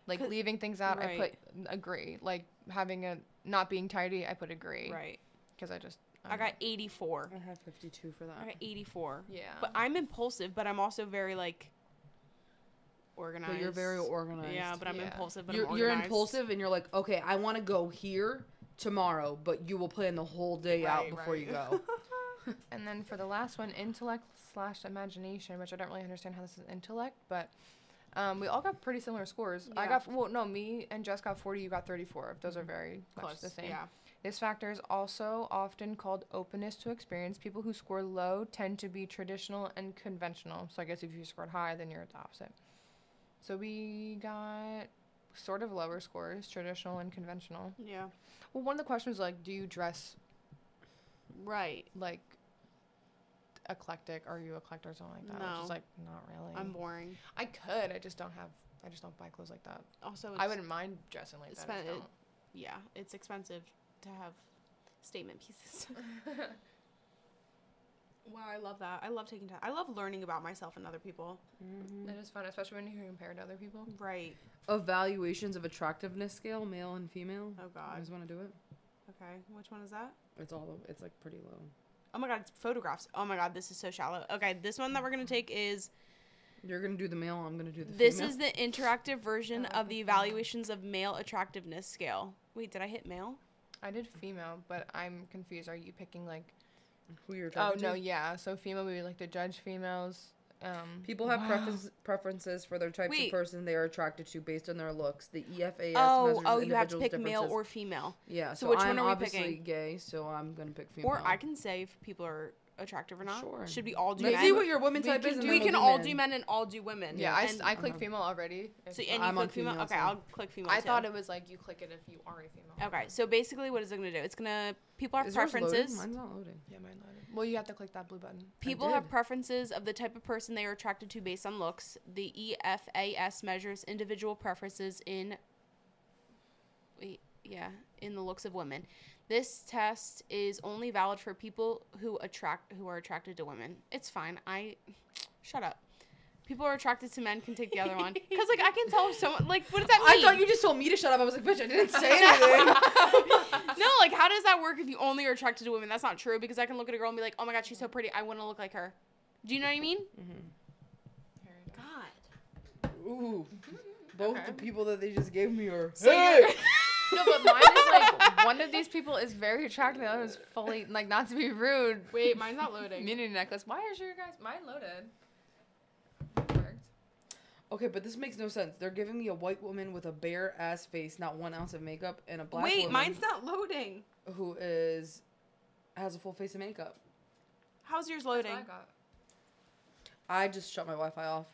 Like 'Cause- leaving things out, I put right. agree. Like having a not being tidy, I put agree. Right. Because I just um, I got eighty four. I have fifty-two for that. I got eighty four. yeah. But I'm impulsive, but I'm also very like organized. But you're very organized. Yeah, but I'm Yeah. impulsive. But you're, I'm you're organized. impulsive and you're like, okay, I want to go here tomorrow, but you will plan the whole day out Right, before you right. go. And then for the last one, intellect slash imagination, which I don't really understand how this is intellect, but um, we all got pretty similar scores. I Yeah. got well, no, me and Jess got forty. You got thirty-four. Those are very much Close. the same. Yeah. This factor is also often called openness to experience. People who score low tend to be traditional and conventional. So I guess if you scored high, then you're the opposite. So we got sort of lower scores, traditional and conventional. Yeah. Well, one of the questions was like, do you dress Right. like eclectic? Are you eclectic or something like that? Which No. is like not really. I'm boring. I could. I just don't have. I just don't buy clothes like that. Also, it's, I wouldn't mind dressing like that. I spend- just don't. Yeah, it's expensive to have statement pieces. *laughs* wow, I love that. I love taking time. I love learning about myself and other people. That is fun, especially when you compare to other people. Right. Evaluations of attractiveness scale, male and female. Oh You God. guys want to do it? Okay. Which one is that? It's all. It's like pretty low. Oh my God, it's photographs. Oh my God, this is so shallow. Okay, this one that we're gonna take is You're gonna do the male. I'm gonna do the. This female. Oh, is the interactive version I like of the the female. evaluations of male attractiveness scale. Wait, did I hit male? I did female, but I'm confused. Are you picking like? who you're Oh talking no, to. yeah. So female, we would like to judge females. Um, People have Wow. preference, preferences for their types Wait. of person they are attracted to based on their looks. The E EFAS oh, measures oh, you have to individuals' pick male differences. or female. yeah. so So, which one I'm are we obviously picking? gay, so I'm gonna pick female. Or I can say if people are attractive or not. Sure. Should we all do Let's men? see what your woman We type can is. and do- then we we'll can all men. do men and all do women. yeah, I, s- And, I clicked Uh-huh. female already. if so you and you want. I'm on click female. female, Okay, so- I'll click female. I too. thought it was like you click it if you are a female. Okay, so basically, what is it going to do? It's going to people have Is yours loaded? preferences. Mine's not loading. Yeah, mine loaded. Well, you have to click that blue button. People have did. preferences of the type of person they are attracted to based on looks. The E EFAS measures individual preferences in wait, yeah, in the looks of women. This test is only valid for people who attract who are attracted to women. It's fine. I shut up. People who are attracted to men can take the other one because like I can tell if someone like what does that I mean? thought you just told me to shut up. I was like, bitch, I didn't say *laughs* anything. no, like how does that work if you only are attracted to women? That's not true because I can look at a girl and be like, oh my god, she's so pretty. I want to look like her. Do you know what I mean? Mm-hmm. God. Ooh. Mm-hmm. Both Okay. the people that they just gave me are. So hey! *laughs* No, but mine is like one of these people is very attractive. The other is fully like not to be rude. Wait, mine's not loading. Community necklace. Why is your guys mine loaded? Worked. Okay, but this makes no sense. They're giving me a white woman with a bare ass face, not one ounce of makeup, and a black Wait, woman mine's not loading. who is has a full face of makeup. How's yours That's what loading? I got. I just shut my Wi-Fi off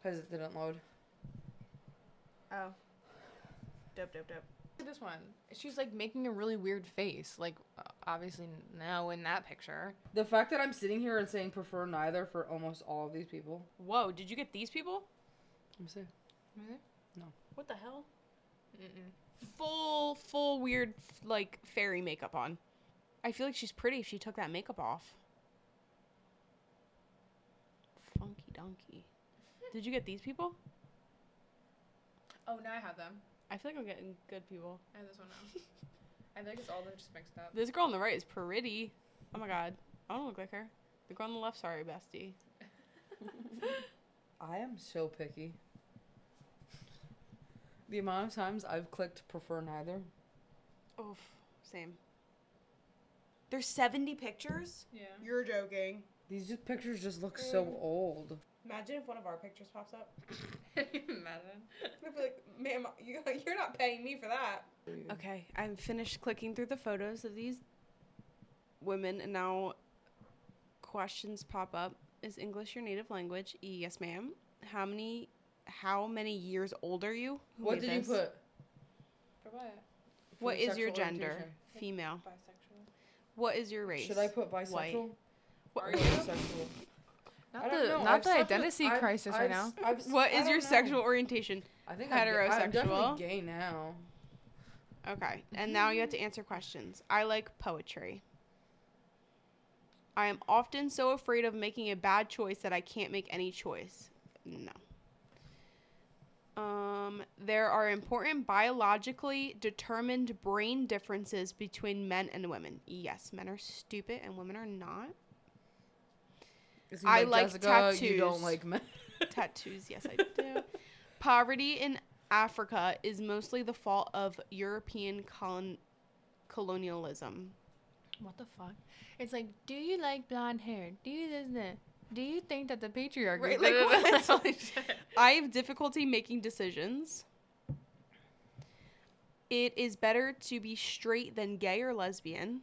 because it didn't load. Oh. Dope, dope, dope. This one. She's like making a really weird face. Like uh, obviously now in that picture. The fact that I'm sitting here and saying prefer neither for almost all of these people. Whoa, did you get these people? I'm saying What the hell? Mm-mm. Full, full weird, f- like, fairy makeup on. I feel like she's pretty if she took that makeup off. Funky donkey. Did you get these people? Oh, now I have them. I feel like I'm getting good people. I have this one *laughs* now. I think it's all them just mixed up. This girl on the right is pretty. Oh my god. I don't look like her. The girl on the left, sorry, bestie. I am so picky. The amount of times I've clicked prefer neither. Oof. Same. There's 70 pictures? Yeah. You're joking. These just pictures just look Mm. so old. Imagine if one of our pictures pops up. *laughs* *laughs* Imagine. I'd be like, ma'am, you, *laughs* you're not paying me for that. Okay, I'm finished clicking through the photos of these women, and now questions pop up. Is English your native language? E, Yes, ma'am. How many? How many years old are you? Who made What did you this? put? For what? What is your sexual gender? orientation? Female. Bisexual. What is your race? Should I put bisexual? What- Or *laughs* you? homosexual? I Not don't the know. not I've the slept with- identity I've- crisis I've right now. s- I've s- What I is don't your know. sexual orientation? I think I'm gay- I'm heterosexual? definitely gay now. Okay, and now you have to answer questions. I like poetry. I am often so afraid of making a bad choice that I can't make any choice. No. Um, there are important biologically determined brain differences between men and women. Yes, men are stupid and women are not. Is I like You tattoos. don't like men. Tattoos, yes, I do. Poverty in Africa is mostly the fault of European colon- colonialism. What the fuck? It's like, do you like blonde hair? Do you this that? Do you think that the patriarchy? Right, like, *laughs* what? I have difficulty making decisions. It is better to be straight than gay or lesbian.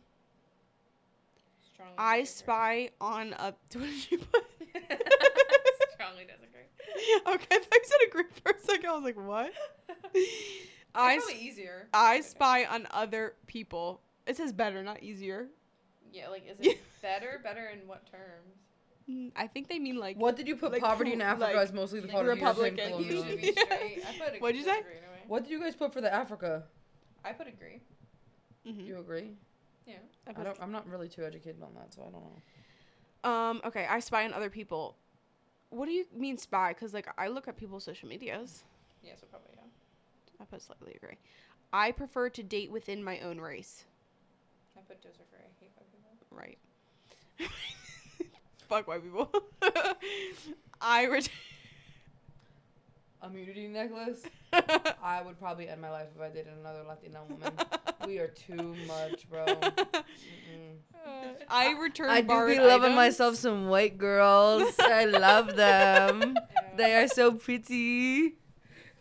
Oh, I *laughs* spy on a. *laughs* What did you put? *laughs* strongly disagree. okay, I thought you said a group for a second. I was like, what? *laughs* I, s- easier. I spy on other people. It says better, not easier. Yeah, like is it *laughs* better? Better in what terms? Mm, I think they mean *laughs* like. What did you put? Like, poverty in cool, Africa like, is mostly the like, fault of European Republican. You should be colonialism. Yeah. straight. I put a What'd you say? disagree in a way. *laughs* What did you guys put for the Africa? I put agree. Mhm. You agree? Yeah. I I put- don't. I'm not really too educated on that, so I don't know. Um. Okay. I spy on other people. What do you mean spy? Because like I look at people's social medias. Yeah, so probably yeah. I put slightly agree. I prefer to date within my own race. I put disagree. I hate white people. Right. *laughs* Fuck white people. *laughs* I ret- *laughs* Immunity necklace. I would probably end my life if I dated another Latina *laughs* woman. we are too much, bro. Mm-mm. Uh. *laughs* I return. I do borrowed be loving items. myself some white girls. *laughs* I love them. They are so pretty.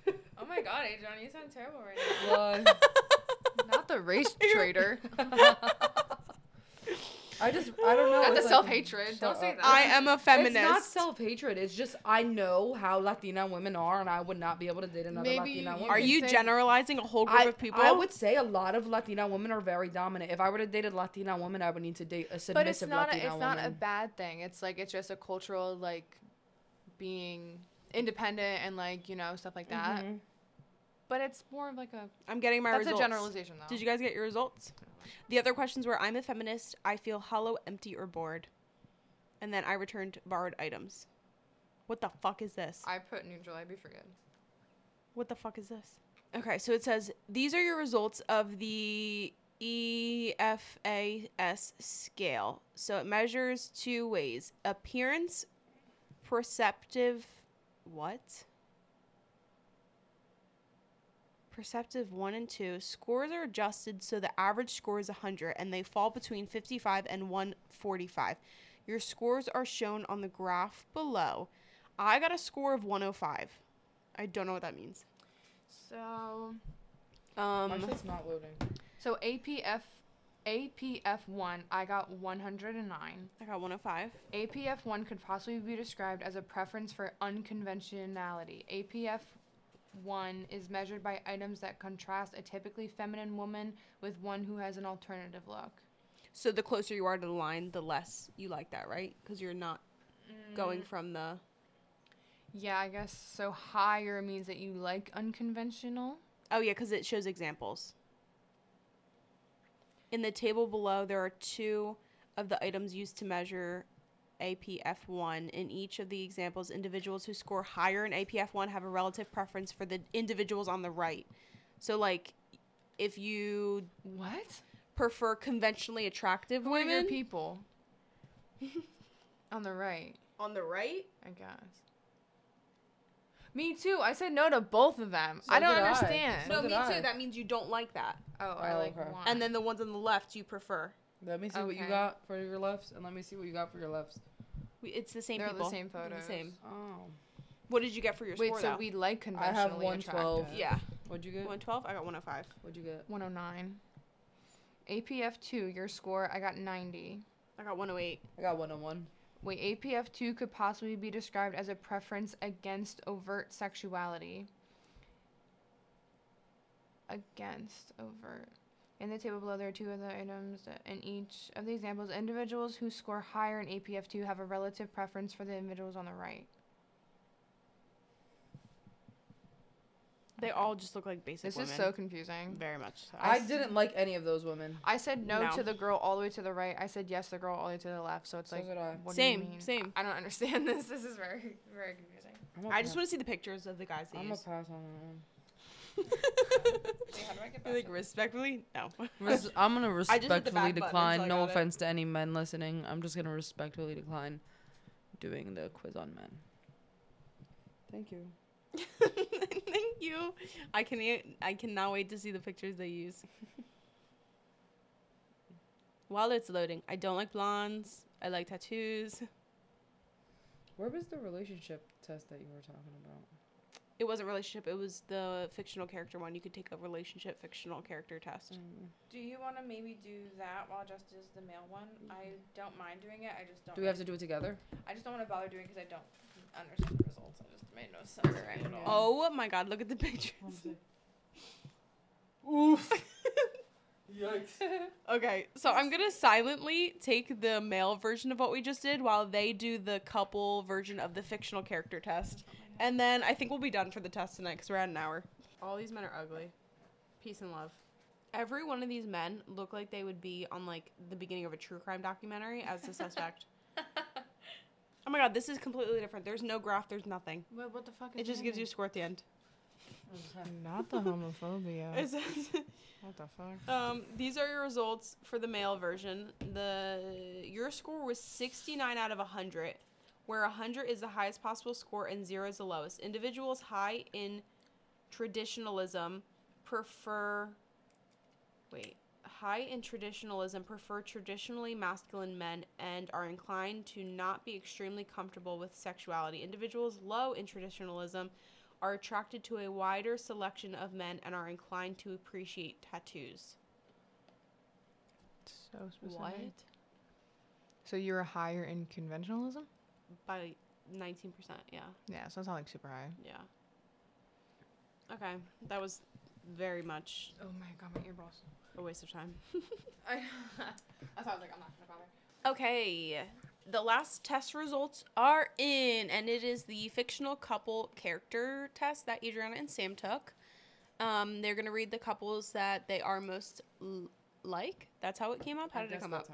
Oh my god, Adrian, you sound *laughs* terrible right now. Why? Not the race traitor. I just I don't know. Not the it's like- self-hatred. Don't Shut say up. that. *laughs* I am a feminist. It's not self hatred. It's just I know how Latina women are, and I would not be able to date another Maybe Latina you- woman. Are can you say- generalizing a whole group I, of people? I would say a lot of Latina women are very dominant. If I were to date a Latina woman, I would need to date a submissive but it's not a, Latina it's woman. not a bad thing. It's like it's just a cultural like being independent and like you know stuff like that. Mhm. But it's more of like a I'm getting Mm-hmm. my that's results. a generalization though. Did you guys get your results? The other questions were: I'm a feminist. I feel hollow, empty, or bored. And then I returned borrowed items. What the fuck is this? I put neutral. I'd be forgiven. What the fuck is this? Okay, so it says these are your results of the E EFAS scale. So it measures two ways appearance, perceptive, what? Perceptive 1 and 2. Scores are adjusted so the average score is 100 and they fall between 55 and 145. Your scores are shown on the graph below. I got a score of 105. I don't know what that means. So My Um, shit's not loading. so APF APF one I got 109. I got 105. APF one could possibly be described as a preference for unconventionality. APF one is measured by items that contrast a typically feminine woman with one who has an alternative look. So the closer you are to the line, the less you like that, right? Because you're not going from the. Yeah, I guess so. Higher means that you like unconventional. Oh, yeah, because it shows examples. In the table below, there are two of the items used to measure APF1. In each of the examples, individuals who score higher in APF1 have a relative preference for the individuals on the right. So, like, if you What? prefer conventionally attractive *laughs* Who are your women people? On the right. On the right? I guess. Me too. I said no to both of them. So I don't did I. understand. So- no, me did too. I. That means you don't like that. oh, I Oh, like okay. one. And then the ones on the left you prefer. Let me see what you Okay. got for your lefts, and let me see what you got for your lefts. We, it's the same They're the people. same They're photos. same. Oh. What did you get for your Wait, score so though? we like I have conventionally attractive. 112. yeah, What'd you get? 112. I got 105. What'd you get? 109. APF 2, your score, I got 90. I got 108. I got one on one. Wait, APF 2 could possibly be described as a preference against overt sexuality. Against overt. In the table below, there are two other items. that- In each of the examples, individuals who score higher in APF 2 have a relative preference for the individuals on the right. They all just look like basic This women. is so confusing. very much. So. I, I s- didn't like any of those women. I said no, No. to the girl all the way to the right. I said yes to the girl all the way to the left. So it's So like, did I. what do Same, you mean? same. I don't understand *laughs* this. This is very, very confusing. I'm a I just pass- want to see the pictures of the guys. That I'm you a pass on that one. Wait, how do I get You're back? like respectfully, no. *laughs* *laughs* Res- I'm gonna I just hit the respectfully back button, so decline. I no got it. offense to any men listening. I'm just gonna respectfully decline doing the quiz on men. Thank you. Thank you. I can. e, I cannot wait to see the pictures they *laughs* use. While it's loading, I don't like blondes. I like tattoos. Where was the relationship test that you were talking about? It wasn't relationship. It was the fictional character one. You could take a relationship fictional character Mm. test. Do you want to maybe do that while just does the male one? I don't mind doing it. I just don't. Do we have to do it together? I just don't want to bother doing because I don't understand the results. I just made no sense to me at all. Oh my god! Look at the pictures. Yikes. *laughs* Okay, so I'm gonna silently take the male version of what we just did while they do the couple version of the fictional character test. And then I think we'll be done for the test tonight because we're at an hour. All these men are ugly. Peace and love. Every one of these men look like they would be on like the beginning of a true crime documentary as the suspect. oh my god, this is completely different. There's no graph, there's nothing. What, what the fuck? It just gives you a score at the end. Not the *laughs* homophobia. It says *laughs* what the fuck? Um, these are your results for the male version. The your score was 69 out of 100, where 100 is the highest possible score and 0 is the lowest. Individuals high in traditionalism prefer wait, high in traditionalism prefer traditionally masculine men and are inclined to not be extremely comfortable with sexuality. Individuals low in traditionalism are attracted to a wider selection of men and are inclined to appreciate tattoos. So specific. So you were higher in conventionalism? By 19%, yeah. Yeah. So it's not like super high. Yeah. Okay, that was very much Oh my god, my earballs. a waste of time. I, *laughs* I thought like I'm not gonna bother. Okay, the last test results are in, and it is the fictional couple character test that Adriana and Sam took. Um, they're gonna read the couples that they are most l- like. That's how it came up. How did it come up?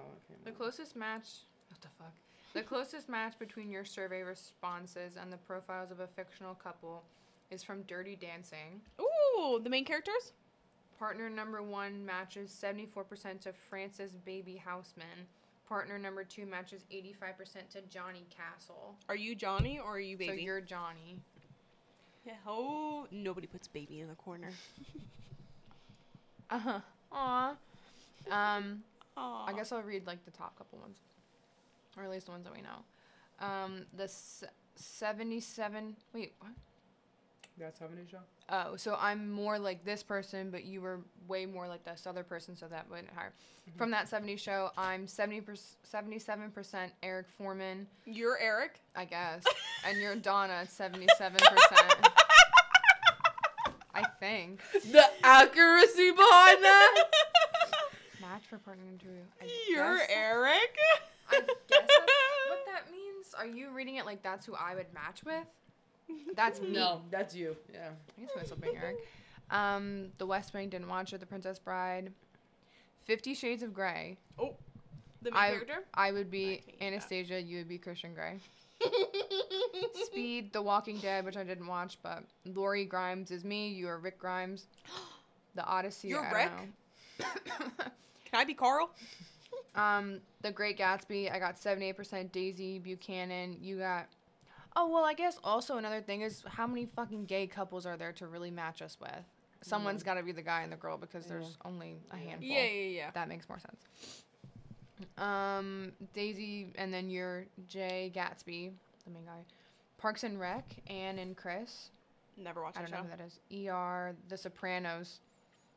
The closest match. What the fuck? The closest match between your survey responses and the profiles of a fictional couple is from Dirty Dancing. Ooh, the main characters. Partner number one matches 74% to Francis Baby Houseman. Partner number two matches 85% to Johnny Castle. Are you Johnny or are you So baby? you're Johnny. oh, nobody puts baby in the corner. Uh huh. Aw. Um. Uh-huh. Aw. I guess I'll read like the top couple ones, or at least the ones that we know. Um, the s- 77. Wait, what? That's how many, Sean? Oh, so I'm more like this person, but you were way more like this other person, so that went higher. Mm-hmm. From that 70s show, I'm 70 77% Eric Foreman, you're Eric. *laughs* I guess, and you're Donna at 77%. I think. The accuracy behind that? Match for partner interview. I *laughs* You're guess- Eric. I guess that's what that means. Are you reading it like that's who I would match with? That's me. no, that's you. Yeah. I guess myself being Eric. Um, The West Wing didn't watch it. The Princess Bride. Fifty Shades of Grey. the *laughs* main I, character. I would be can't eat that. Anastasia. You would be *laughs* Christian Grey. Speed, The Walking Dead, which I didn't watch, but Lori Grimes is me. You are Rick *gasps* Grimes. The Odyssey. You're I don't Rick? *laughs* Can I be Carl? know. Um, The Great Gatsby, I got 78%. Daisy Buchanan, you got. Oh, well, I guess also another thing is how many fucking gay couples are there to really match us with? Someone's got to be the guy and the girl because there's only a handful. Mm. Yeah, yeah, That makes more sense. Um, Daisy, and then your Jay Gatsby, the main guy. Parks and Rec, Anne and Chris. yeah. Never watched I that don't show. know who that is. ER, The Sopranos.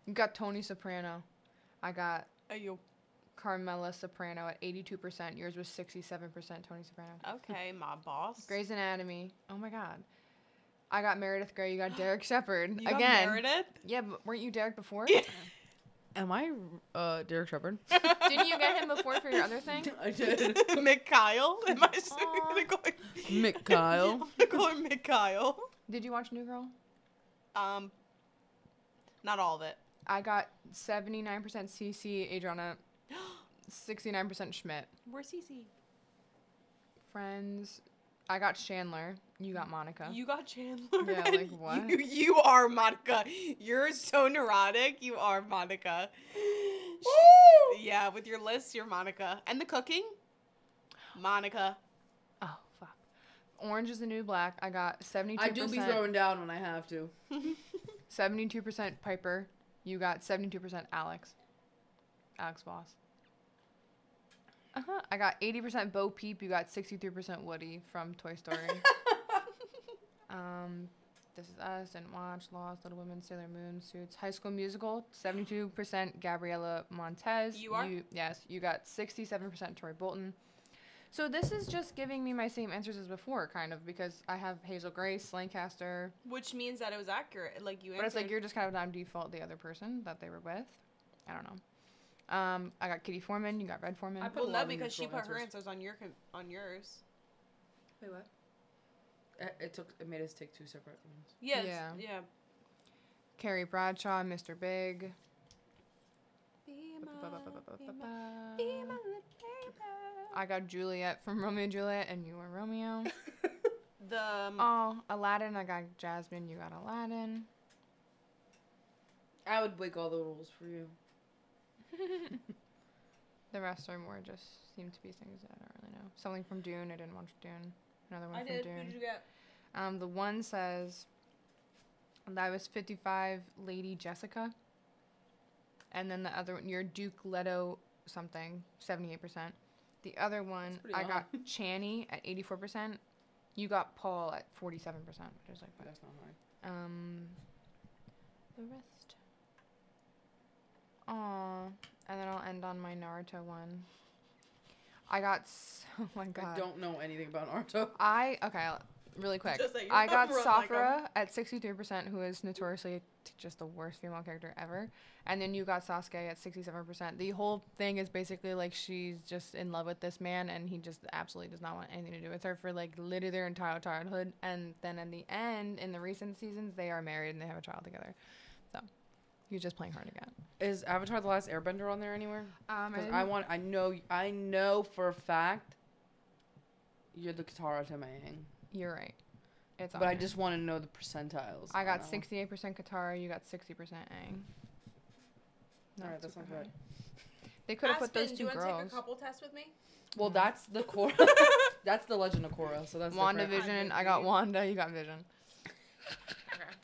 You got Tony Soprano. I got Oh, you Carmela Soprano at 82%. Yours was 67%, Tony Soprano. okay, my boss. Grey's Anatomy. Oh my God. I got Meredith Grey. You got *gasps* Derek Shepard. You got *laughs* Again. Meredith? Yeah, but weren't you *laughs* Derek before? Yeah. Am I uh, Derek Shepard? Didn't you get him before for your other thing? *laughs* I *laughs* Mikhail? Am I just *laughs* Aw. gonna call him? Mick *laughs* Kyle. I'm gonna call him Mikhail. Did you watch New Girl? Um, not all of it. I got 79% CC, Adriana, *gasps* 69% Schmidt. Where's Cece? Friends. I got Chandler. You got Monica. You got Chandler. Yeah, like, You- what? You, you are Monica. You're so neurotic. You are Monica. Woo! Yeah, with your list, you're Monica. And the cooking? Monica. oh, fuck. Orange is the New Black. I got 72%. *laughs* I do be throwing down when I have to. 72% Piper. You got 72% Alex. Alex Boss. Uh-huh. I got 80% Bo Peep. You got 63% Woody from Toy Story. *laughs* um, This Is Us, Didn't Watch, Lost, Little Women, Sailor Moon, Suits, High School Musical, 72% Gabriela Montez. You are? yes. You got 67% Troy Bolton. So this is just giving me my same answers as before, kind of, because I have Hazel Grace, Lancaster, Which means that it was accurate. Like you but it's like you're just kind of on default the other person that they were with. I don't know. Um, I got Kitty Foreman. You got Red Foreman. I put- well, a no, lot of because she put neutral her answers. answers on your com- on yours. Wait, what? It, it took. It made us take two separate ones. Yes. Yeah. Yeah. Carrie Bradshaw, Mr. Big. I got Juliet from Romeo and Juliet, and you were Romeo. The um, oh, Aladdin. I got Jasmine. You got Aladdin. I would break all the rules for you. The rest are more just seem to be things that I don't really know. Something from Dune. I didn't watch Dune. Another one I from did. Dune. Who did you get? Um, the one says that was 55 Lady Jessica. And then the other one, your Duke Leto something, 78%. The other one, pretty I low. got Channy at 84%. You got Paul at 47%, which is like, what? That's not mine. Um, the rest. Aw. And then I'll end on my Naruto one. I got, s *laughs* oh my god. I don't know anything about Naruto. I okay, I'll- really quick. Just that you're I not got wrong, *laughs* like, Sakura at sixty three percent, who is notoriously t- just the worst female character ever. And then you got Sasuke at sixty seven percent. The whole thing is basically like she's just in love with this man, and he just absolutely does not want anything to do with her for like literally their entire childhood. And then in the end, in the recent seasons, they are married and they have a child together. So you're just playing hard again. Is Avatar: The Last Airbender on there anywhere? Um, Because I want. I know. I know for a fact. You're the Katara Tamaang, you're right. It's but I just want to know the percentiles. I got on that one. sixty eight percent Katara. You got sixty percent Aang. Alright, that's super not bad. high. They could have put those two girls. couple test with me? Well, Mm-hmm. that's the Korra. *laughs* that's the Legend of Korra. So that's different. WandaVision. I got Vision. Wanda. You got Vision.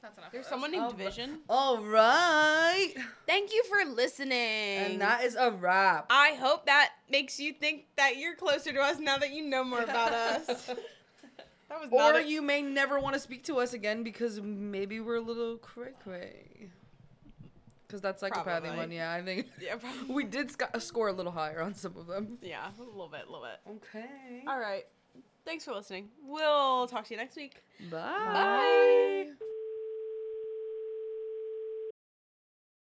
that's enough. There's someone named Oh, but- Vision. All right, Thank you for listening. and that is a wrap. I hope that makes you think that you're closer to us now that you know more about us. *laughs* *laughs* That was not Or a, you may never want to speak to us again because maybe we're a little cray cray. Because that psychopathy Probably. one, yeah, I think *laughs* *laughs* yeah, probably, we did sc- score a little higher on some of them. yeah, a little bit, a little bit. Okay. Uh, All right. Thanks for listening. We'll talk to you next week. Bye. Bye.